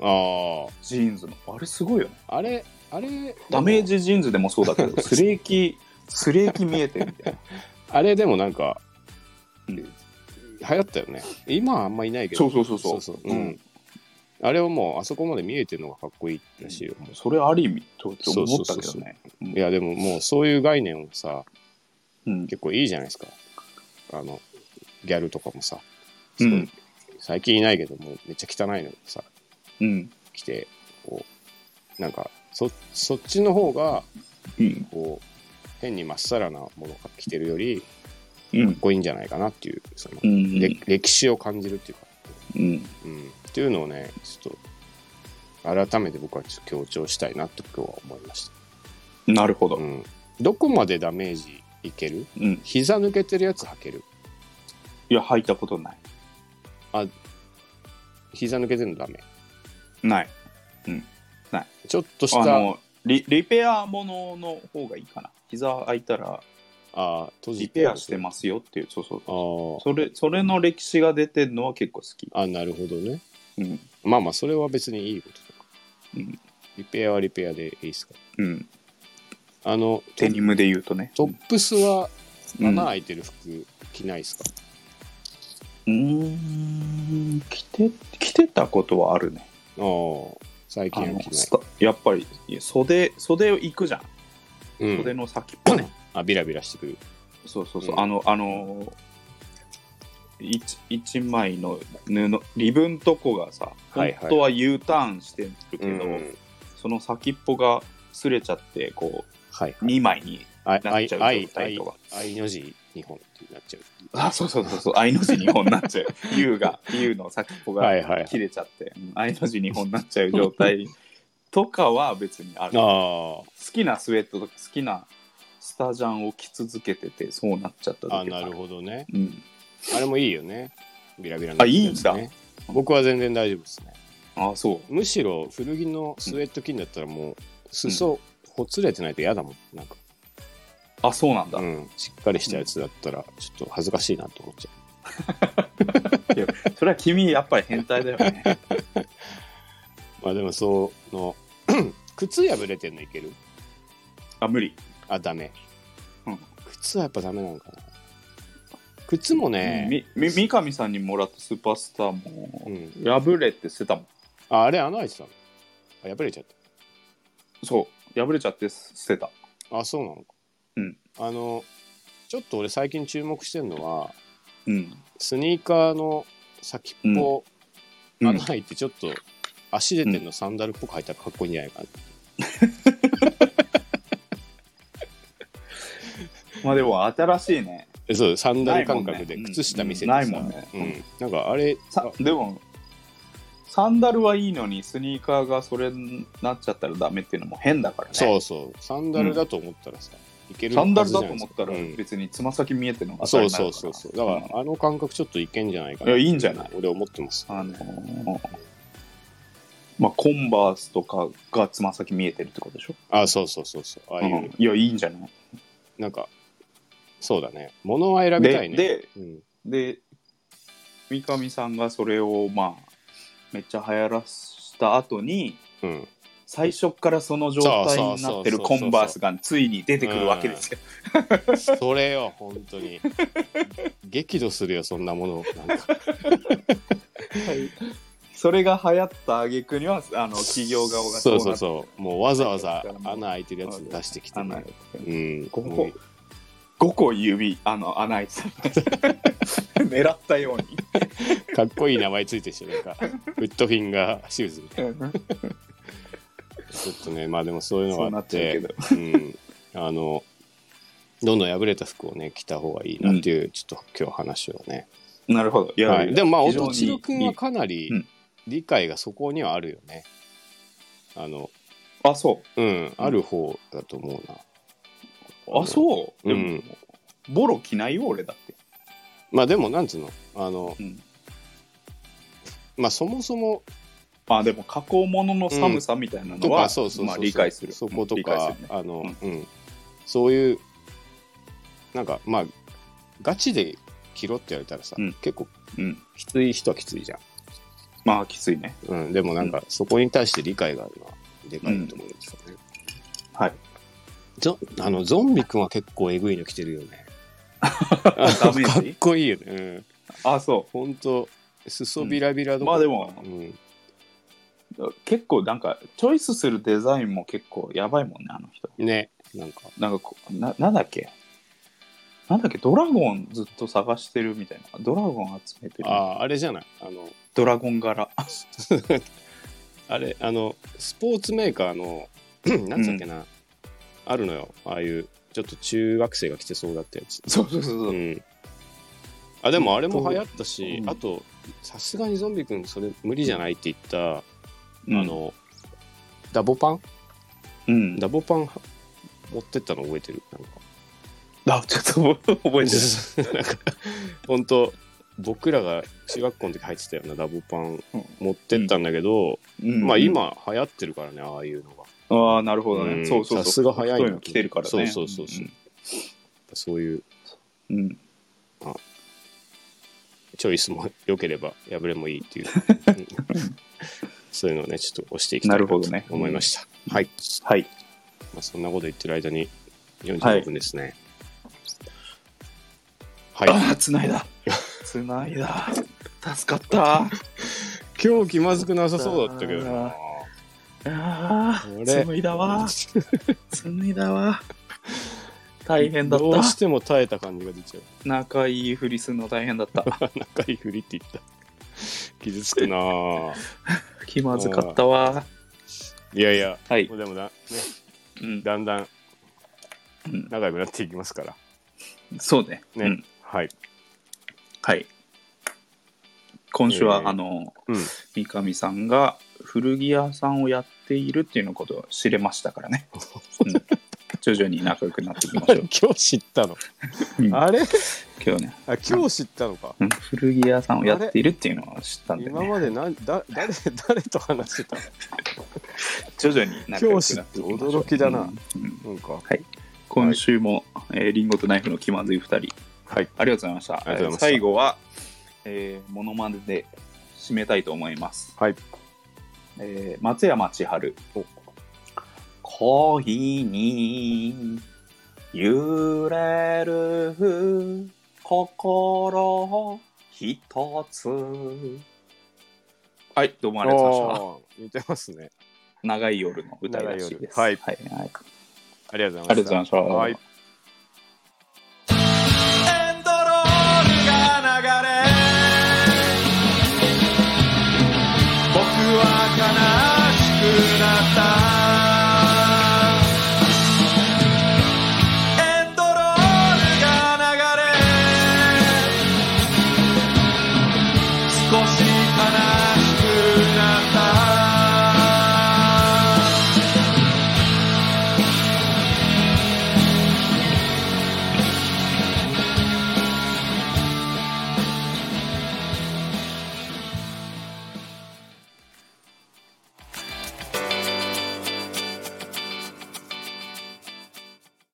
[SPEAKER 2] あ
[SPEAKER 1] ジーンズのあれすごいよね
[SPEAKER 2] ああれあれ
[SPEAKER 1] ダメージジーンズでもそうだけどスレーキスレーキ見えてるみたいな
[SPEAKER 2] あれでもなん
[SPEAKER 1] う
[SPEAKER 2] か、
[SPEAKER 1] ん
[SPEAKER 2] 流行ったよね今はあんまいないけ
[SPEAKER 1] そ
[SPEAKER 2] ど
[SPEAKER 1] うそうそうそう
[SPEAKER 2] そうそううんあれはもうあそこまで見えてるのがかっこいいらしいよ、
[SPEAKER 1] それあり意味とと思ったけ
[SPEAKER 2] そうそう
[SPEAKER 1] ど
[SPEAKER 2] そう
[SPEAKER 1] ね
[SPEAKER 2] いやでももうそういう概念をさ
[SPEAKER 1] うん
[SPEAKER 2] 結構いいじゃないですかあのギャルとかもさ、
[SPEAKER 1] うん
[SPEAKER 2] 最近いないけどもうめっちゃ汚いのさ
[SPEAKER 1] うん
[SPEAKER 2] 着てこうなんかそそっちの方が
[SPEAKER 1] うん
[SPEAKER 2] こう変にまっさらなものが着てるよりか
[SPEAKER 1] うん
[SPEAKER 2] っこいいんじゃないかなっていうその、
[SPEAKER 1] うん
[SPEAKER 2] れ歴史を感じるっていうか、
[SPEAKER 1] うん
[SPEAKER 2] うん、っていうのをねちょっと改めて僕はちょっと強調したいなと今日は思いまし
[SPEAKER 1] なるほ
[SPEAKER 2] た、
[SPEAKER 1] ど
[SPEAKER 2] うん、どこまでダメージいける
[SPEAKER 1] うん
[SPEAKER 2] 膝抜けてるやつ履ける
[SPEAKER 1] いや履いたことない
[SPEAKER 2] 膝抜けてるのダメ
[SPEAKER 1] ない
[SPEAKER 2] ちょっとし
[SPEAKER 1] あ
[SPEAKER 2] たあ
[SPEAKER 1] のリリペアものの方がいいかな膝開いたら
[SPEAKER 2] あー閉
[SPEAKER 1] リ
[SPEAKER 2] じ
[SPEAKER 1] ペアしてますすよっていうそうそう
[SPEAKER 2] あー
[SPEAKER 1] それそれの歴史が出てるのは結構好き
[SPEAKER 2] あなるほどね
[SPEAKER 1] うん
[SPEAKER 2] まあまあそれは別にいいことだ
[SPEAKER 1] うん
[SPEAKER 2] リペアはリペアでいいですか
[SPEAKER 1] うん
[SPEAKER 2] あの
[SPEAKER 1] デニムで言うとね
[SPEAKER 2] トップスは
[SPEAKER 1] うん
[SPEAKER 2] 穴開いてる服着ないですか、
[SPEAKER 1] うーん着て着てたことはあるね
[SPEAKER 2] ああ最
[SPEAKER 1] あ
[SPEAKER 2] 近は
[SPEAKER 1] の
[SPEAKER 2] 着ない
[SPEAKER 1] スタやっぱり袖袖を行くじゃん、
[SPEAKER 2] う
[SPEAKER 1] 袖
[SPEAKER 2] ん、
[SPEAKER 1] の先っぽね
[SPEAKER 2] あビラビラしてくる
[SPEAKER 1] そうそうそう、
[SPEAKER 2] うん
[SPEAKER 1] あのあの一一枚の布リブンとこがさ
[SPEAKER 2] は
[SPEAKER 1] 本
[SPEAKER 2] いはい
[SPEAKER 1] 当は U ターンしてるけ
[SPEAKER 2] け
[SPEAKER 1] ど、
[SPEAKER 2] ど、
[SPEAKER 1] その先っぽが擦れちゃってこ
[SPEAKER 2] はい、
[SPEAKER 1] う2枚にな
[SPEAKER 2] あ
[SPEAKER 1] っちゃう状
[SPEAKER 2] あ
[SPEAKER 1] 態とか
[SPEAKER 2] あいの字2本ってなっちゃう。
[SPEAKER 1] あそうそうそうそう愛の字2本になっち ゃう U が U の先っぽ
[SPEAKER 2] は
[SPEAKER 1] が
[SPEAKER 2] いはい。
[SPEAKER 1] 切れちゃってうん愛の字2本になっちゃう状態とかは別にある好
[SPEAKER 2] あ
[SPEAKER 1] きなスウェットとか好きなスタジャンを着続けててそうなっちゃった
[SPEAKER 2] あ、あ
[SPEAKER 1] 時は
[SPEAKER 2] なるほどね。
[SPEAKER 1] うん、
[SPEAKER 2] あれもいいよね。ビラビラの、
[SPEAKER 1] あいいんだ。
[SPEAKER 2] 僕は全然大丈夫ですね。
[SPEAKER 1] あそう
[SPEAKER 2] むしろ古着のスウェット着んだったらもう裾ほつれてないと嫌だもん。なんか、
[SPEAKER 1] あそうなんだ、
[SPEAKER 2] うん、しっかりしたやつだったらちょっと恥ずかしいなと思っちゃ
[SPEAKER 1] いやそれは君やっぱり変態だよね
[SPEAKER 2] う。まあでもその 靴破れてんのいける
[SPEAKER 1] あ無理、
[SPEAKER 2] あダメ、
[SPEAKER 1] うん
[SPEAKER 2] 靴はやっぱダメなのかな。靴もね、
[SPEAKER 1] みみ三上さんにもらったスーパースター
[SPEAKER 2] う
[SPEAKER 1] も
[SPEAKER 2] ん、
[SPEAKER 1] 破れて捨てたもん
[SPEAKER 2] ああれ穴開いてたのあ破れちゃっ
[SPEAKER 1] そう破れちゃって捨てた
[SPEAKER 2] たあそうなのか
[SPEAKER 1] うん
[SPEAKER 2] あのちょっと俺最近注目してるのは
[SPEAKER 1] うん
[SPEAKER 2] スニーカーの先っぽ、
[SPEAKER 1] うん
[SPEAKER 2] 穴開いてちょっと足出てんのサンダルっぽく履いたらかっこいいんじゃないかな、
[SPEAKER 1] まあでも新しいね
[SPEAKER 2] えそうサンダル感
[SPEAKER 1] な
[SPEAKER 2] 覚
[SPEAKER 1] いも
[SPEAKER 2] で
[SPEAKER 1] んね
[SPEAKER 2] 靴下見せて
[SPEAKER 1] うんないもんね
[SPEAKER 2] うん、なんかあれ
[SPEAKER 1] さでもサンダルはいいのにスニーカーがそれになっちゃったらダメっていうのも変だからね
[SPEAKER 2] そうそうサンダルだと思ったらさ、いける
[SPEAKER 1] サ
[SPEAKER 2] はず
[SPEAKER 1] ン
[SPEAKER 2] じゃ
[SPEAKER 1] ダ
[SPEAKER 2] な
[SPEAKER 1] ル
[SPEAKER 2] い
[SPEAKER 1] だと思ったら
[SPEAKER 2] うん
[SPEAKER 1] 別につま先見えてるのが
[SPEAKER 2] あ
[SPEAKER 1] 当た
[SPEAKER 2] そ
[SPEAKER 1] り前
[SPEAKER 2] う
[SPEAKER 1] か
[SPEAKER 2] そ
[SPEAKER 1] ら
[SPEAKER 2] うそうそうだから、あの感覚ちょっといけんじゃないかない
[SPEAKER 1] やいいんじゃない
[SPEAKER 2] 俺思ってます、
[SPEAKER 1] うんあのーまあコンバースとかがつま先見えてるってことでしょ、
[SPEAKER 2] あそうそうそうそうああいう、
[SPEAKER 1] うんいやいいんじゃない
[SPEAKER 2] なんかそうだね物は選びた
[SPEAKER 1] で
[SPEAKER 2] いね
[SPEAKER 1] で
[SPEAKER 2] うん、
[SPEAKER 1] で三上さんがそれをまあめっちゃ流行らした後に
[SPEAKER 2] うん、
[SPEAKER 1] 最初からその状態になってるコンバースがついに出てくるわけですよ。
[SPEAKER 2] それよ本当 に激怒するよそんなものなんか
[SPEAKER 1] それが流行った挙句にはあの企業側が
[SPEAKER 2] そう
[SPEAKER 1] な
[SPEAKER 2] そう
[SPEAKER 1] って
[SPEAKER 2] そう。もうわざわざ穴開いてるやつ出してきて、
[SPEAKER 1] 穴
[SPEAKER 2] ね
[SPEAKER 1] 開い。てる
[SPEAKER 2] うん。
[SPEAKER 1] ここ
[SPEAKER 2] もう
[SPEAKER 1] 5個指あの穴開いてた 狙ったように
[SPEAKER 2] かっこいい名前ついてるし、なんか、ウッドフィンガーシューズみたいな。ちょっとね、まあでもそういうの
[SPEAKER 1] そう
[SPEAKER 2] が
[SPEAKER 1] な
[SPEAKER 2] あ
[SPEAKER 1] っ
[SPEAKER 2] っ
[SPEAKER 1] ちゃうけ、
[SPEAKER 2] て
[SPEAKER 1] ど
[SPEAKER 2] うん。あの、どんどん破れた服をね、着た方がいいなっていう、ちょっと今日話をね。
[SPEAKER 1] なるほどいや、
[SPEAKER 2] はい、でもまあ、
[SPEAKER 1] 非常
[SPEAKER 2] 音
[SPEAKER 1] に
[SPEAKER 2] 千代君
[SPEAKER 1] い
[SPEAKER 2] はいかな
[SPEAKER 1] う
[SPEAKER 2] り
[SPEAKER 1] ん
[SPEAKER 2] 理解がそこにはあるよね。あの、
[SPEAKER 1] あそ
[SPEAKER 2] うん、ある方だと思うな。
[SPEAKER 1] うあそう、
[SPEAKER 2] う
[SPEAKER 1] で
[SPEAKER 2] ん
[SPEAKER 1] もボロ着ないよ俺だって、
[SPEAKER 2] まあでも、なんつうの、あの、
[SPEAKER 1] うん
[SPEAKER 2] まあそもそも、
[SPEAKER 1] あでも加工物の寒さみたいな
[SPEAKER 2] と
[SPEAKER 1] のは、
[SPEAKER 2] か、そうそうそうそう、
[SPEAKER 1] まあ、理解する
[SPEAKER 2] そこと
[SPEAKER 1] 理解
[SPEAKER 2] か
[SPEAKER 1] す、るね
[SPEAKER 2] あの、うん、そういう、なんか、まあ、ガチで着ろって言われたらさ、
[SPEAKER 1] うん
[SPEAKER 2] 結構
[SPEAKER 1] うん
[SPEAKER 2] きつい人はきついじゃん。
[SPEAKER 1] まあきついね
[SPEAKER 2] うん、でもなんか、そこに対して理解があるのは、でかいと思うんですよね。
[SPEAKER 1] はい
[SPEAKER 2] ゾあのゾンビ君は結構えぐいの着 てるよね。か
[SPEAKER 1] メージ
[SPEAKER 2] っこいいよね。うん、
[SPEAKER 1] あそ
[SPEAKER 2] ほんと、裾ビラビラ
[SPEAKER 1] う
[SPEAKER 2] と
[SPEAKER 1] ま
[SPEAKER 2] か、
[SPEAKER 1] あでも
[SPEAKER 2] うん、
[SPEAKER 1] 結構なんかチョイスするデザインも結構やばいもんねあの人
[SPEAKER 2] ね、なんか、
[SPEAKER 1] なんかこうななんだっけなんだっけドラゴンずっと探してるみたいなドラゴン集めてる
[SPEAKER 2] ああ、あれじゃない。あの、
[SPEAKER 1] ドラゴン柄
[SPEAKER 2] あれ、あの、スポーツメーカーの、 なんつったっけな、あるのよ。ああいう、ちょっと中学生が着て そうだったやつ。
[SPEAKER 1] そうそうそう
[SPEAKER 2] う。
[SPEAKER 1] うん
[SPEAKER 2] あ、でもあれも流行ったし、
[SPEAKER 1] うん
[SPEAKER 2] あと、さすがにゾンビ君、それ無理じゃないって言った、
[SPEAKER 1] ん
[SPEAKER 2] あの、ダボパン
[SPEAKER 1] うん
[SPEAKER 2] ダボパンは持ってったの覚えてるなんか。
[SPEAKER 1] あちょっと覚えてる
[SPEAKER 2] なんか、本当僕らが中学校の時入ってたようなダボパン持ってったんだけど、
[SPEAKER 1] うん
[SPEAKER 2] まあ今流行ってるからね、ああいうのが。
[SPEAKER 1] ああなるほどね、
[SPEAKER 2] うん
[SPEAKER 1] そうそうそう
[SPEAKER 2] さすが早いな
[SPEAKER 1] 太の来てるからね
[SPEAKER 2] そうそうそうそうそういう
[SPEAKER 1] うん、うん
[SPEAKER 2] チョイスも良ければ破れもいいっ ていう、うんそういうのをね、ちょっと押していき
[SPEAKER 1] な
[SPEAKER 2] た
[SPEAKER 1] いる
[SPEAKER 2] なと
[SPEAKER 1] ほどね
[SPEAKER 2] 思いました。はい。
[SPEAKER 1] はい
[SPEAKER 2] まあ、そんなこと言ってる間に
[SPEAKER 1] は
[SPEAKER 2] 45
[SPEAKER 1] い
[SPEAKER 2] 分ですね。はい。
[SPEAKER 1] ああつない だつないだ助かった
[SPEAKER 2] 今日気まずくなさそうだったけどな。
[SPEAKER 1] あ
[SPEAKER 2] これ
[SPEAKER 1] あ紡いだわ紡いだわ 大変だっ
[SPEAKER 2] どうしたても耐えた感じが出ちゃう。
[SPEAKER 1] 仲いいふりするの大変だった
[SPEAKER 2] 仲いいふりって言った。 傷つくなぁ
[SPEAKER 1] 気まずかったわ
[SPEAKER 2] いやいや、
[SPEAKER 1] はい
[SPEAKER 2] もうでもだ、ね、
[SPEAKER 1] うん
[SPEAKER 2] だんだん
[SPEAKER 1] うん
[SPEAKER 2] 仲良くなっていきますから。
[SPEAKER 1] そうね
[SPEAKER 2] ね。
[SPEAKER 1] うん
[SPEAKER 2] はい。
[SPEAKER 1] はい今週は、
[SPEAKER 2] えー
[SPEAKER 1] あの
[SPEAKER 2] うん。
[SPEAKER 1] 三上さんが古着屋さんをやっているっていうのことを知れましたから ね、うん徐々に仲良くなっていきましょう
[SPEAKER 2] 今日知ったの。
[SPEAKER 1] うん
[SPEAKER 2] あれ
[SPEAKER 1] 今日ね
[SPEAKER 2] あ今日知ったのか。
[SPEAKER 1] うん古着屋さんをやっているっていうのは知ったんで、
[SPEAKER 2] 今
[SPEAKER 1] ね、
[SPEAKER 2] までなだ誰誰と話してた
[SPEAKER 1] 徐々に仲良くなっていきましょう
[SPEAKER 2] 驚きだな
[SPEAKER 1] うんうん
[SPEAKER 2] のなんか。
[SPEAKER 1] 今週も、えーリンゴとナイフの気まずい2人
[SPEAKER 2] はい。
[SPEAKER 1] ありがとうございました。
[SPEAKER 2] ありがとうございました
[SPEAKER 1] 最後は、えー、モノマネで締めたいと思います。
[SPEAKER 2] はい。
[SPEAKER 1] えー松山千春。恋に揺れる心一つ。はい、どうもありがとうございました。
[SPEAKER 2] あー似てますね。
[SPEAKER 1] 長い夜の歌いらしいです。
[SPEAKER 2] 長い夜
[SPEAKER 1] はい。はい
[SPEAKER 2] ありがとう
[SPEAKER 1] あ
[SPEAKER 2] ございました。
[SPEAKER 1] りがとうございました。
[SPEAKER 2] はい。
[SPEAKER 3] エンドロールが流れ僕は悲しくなった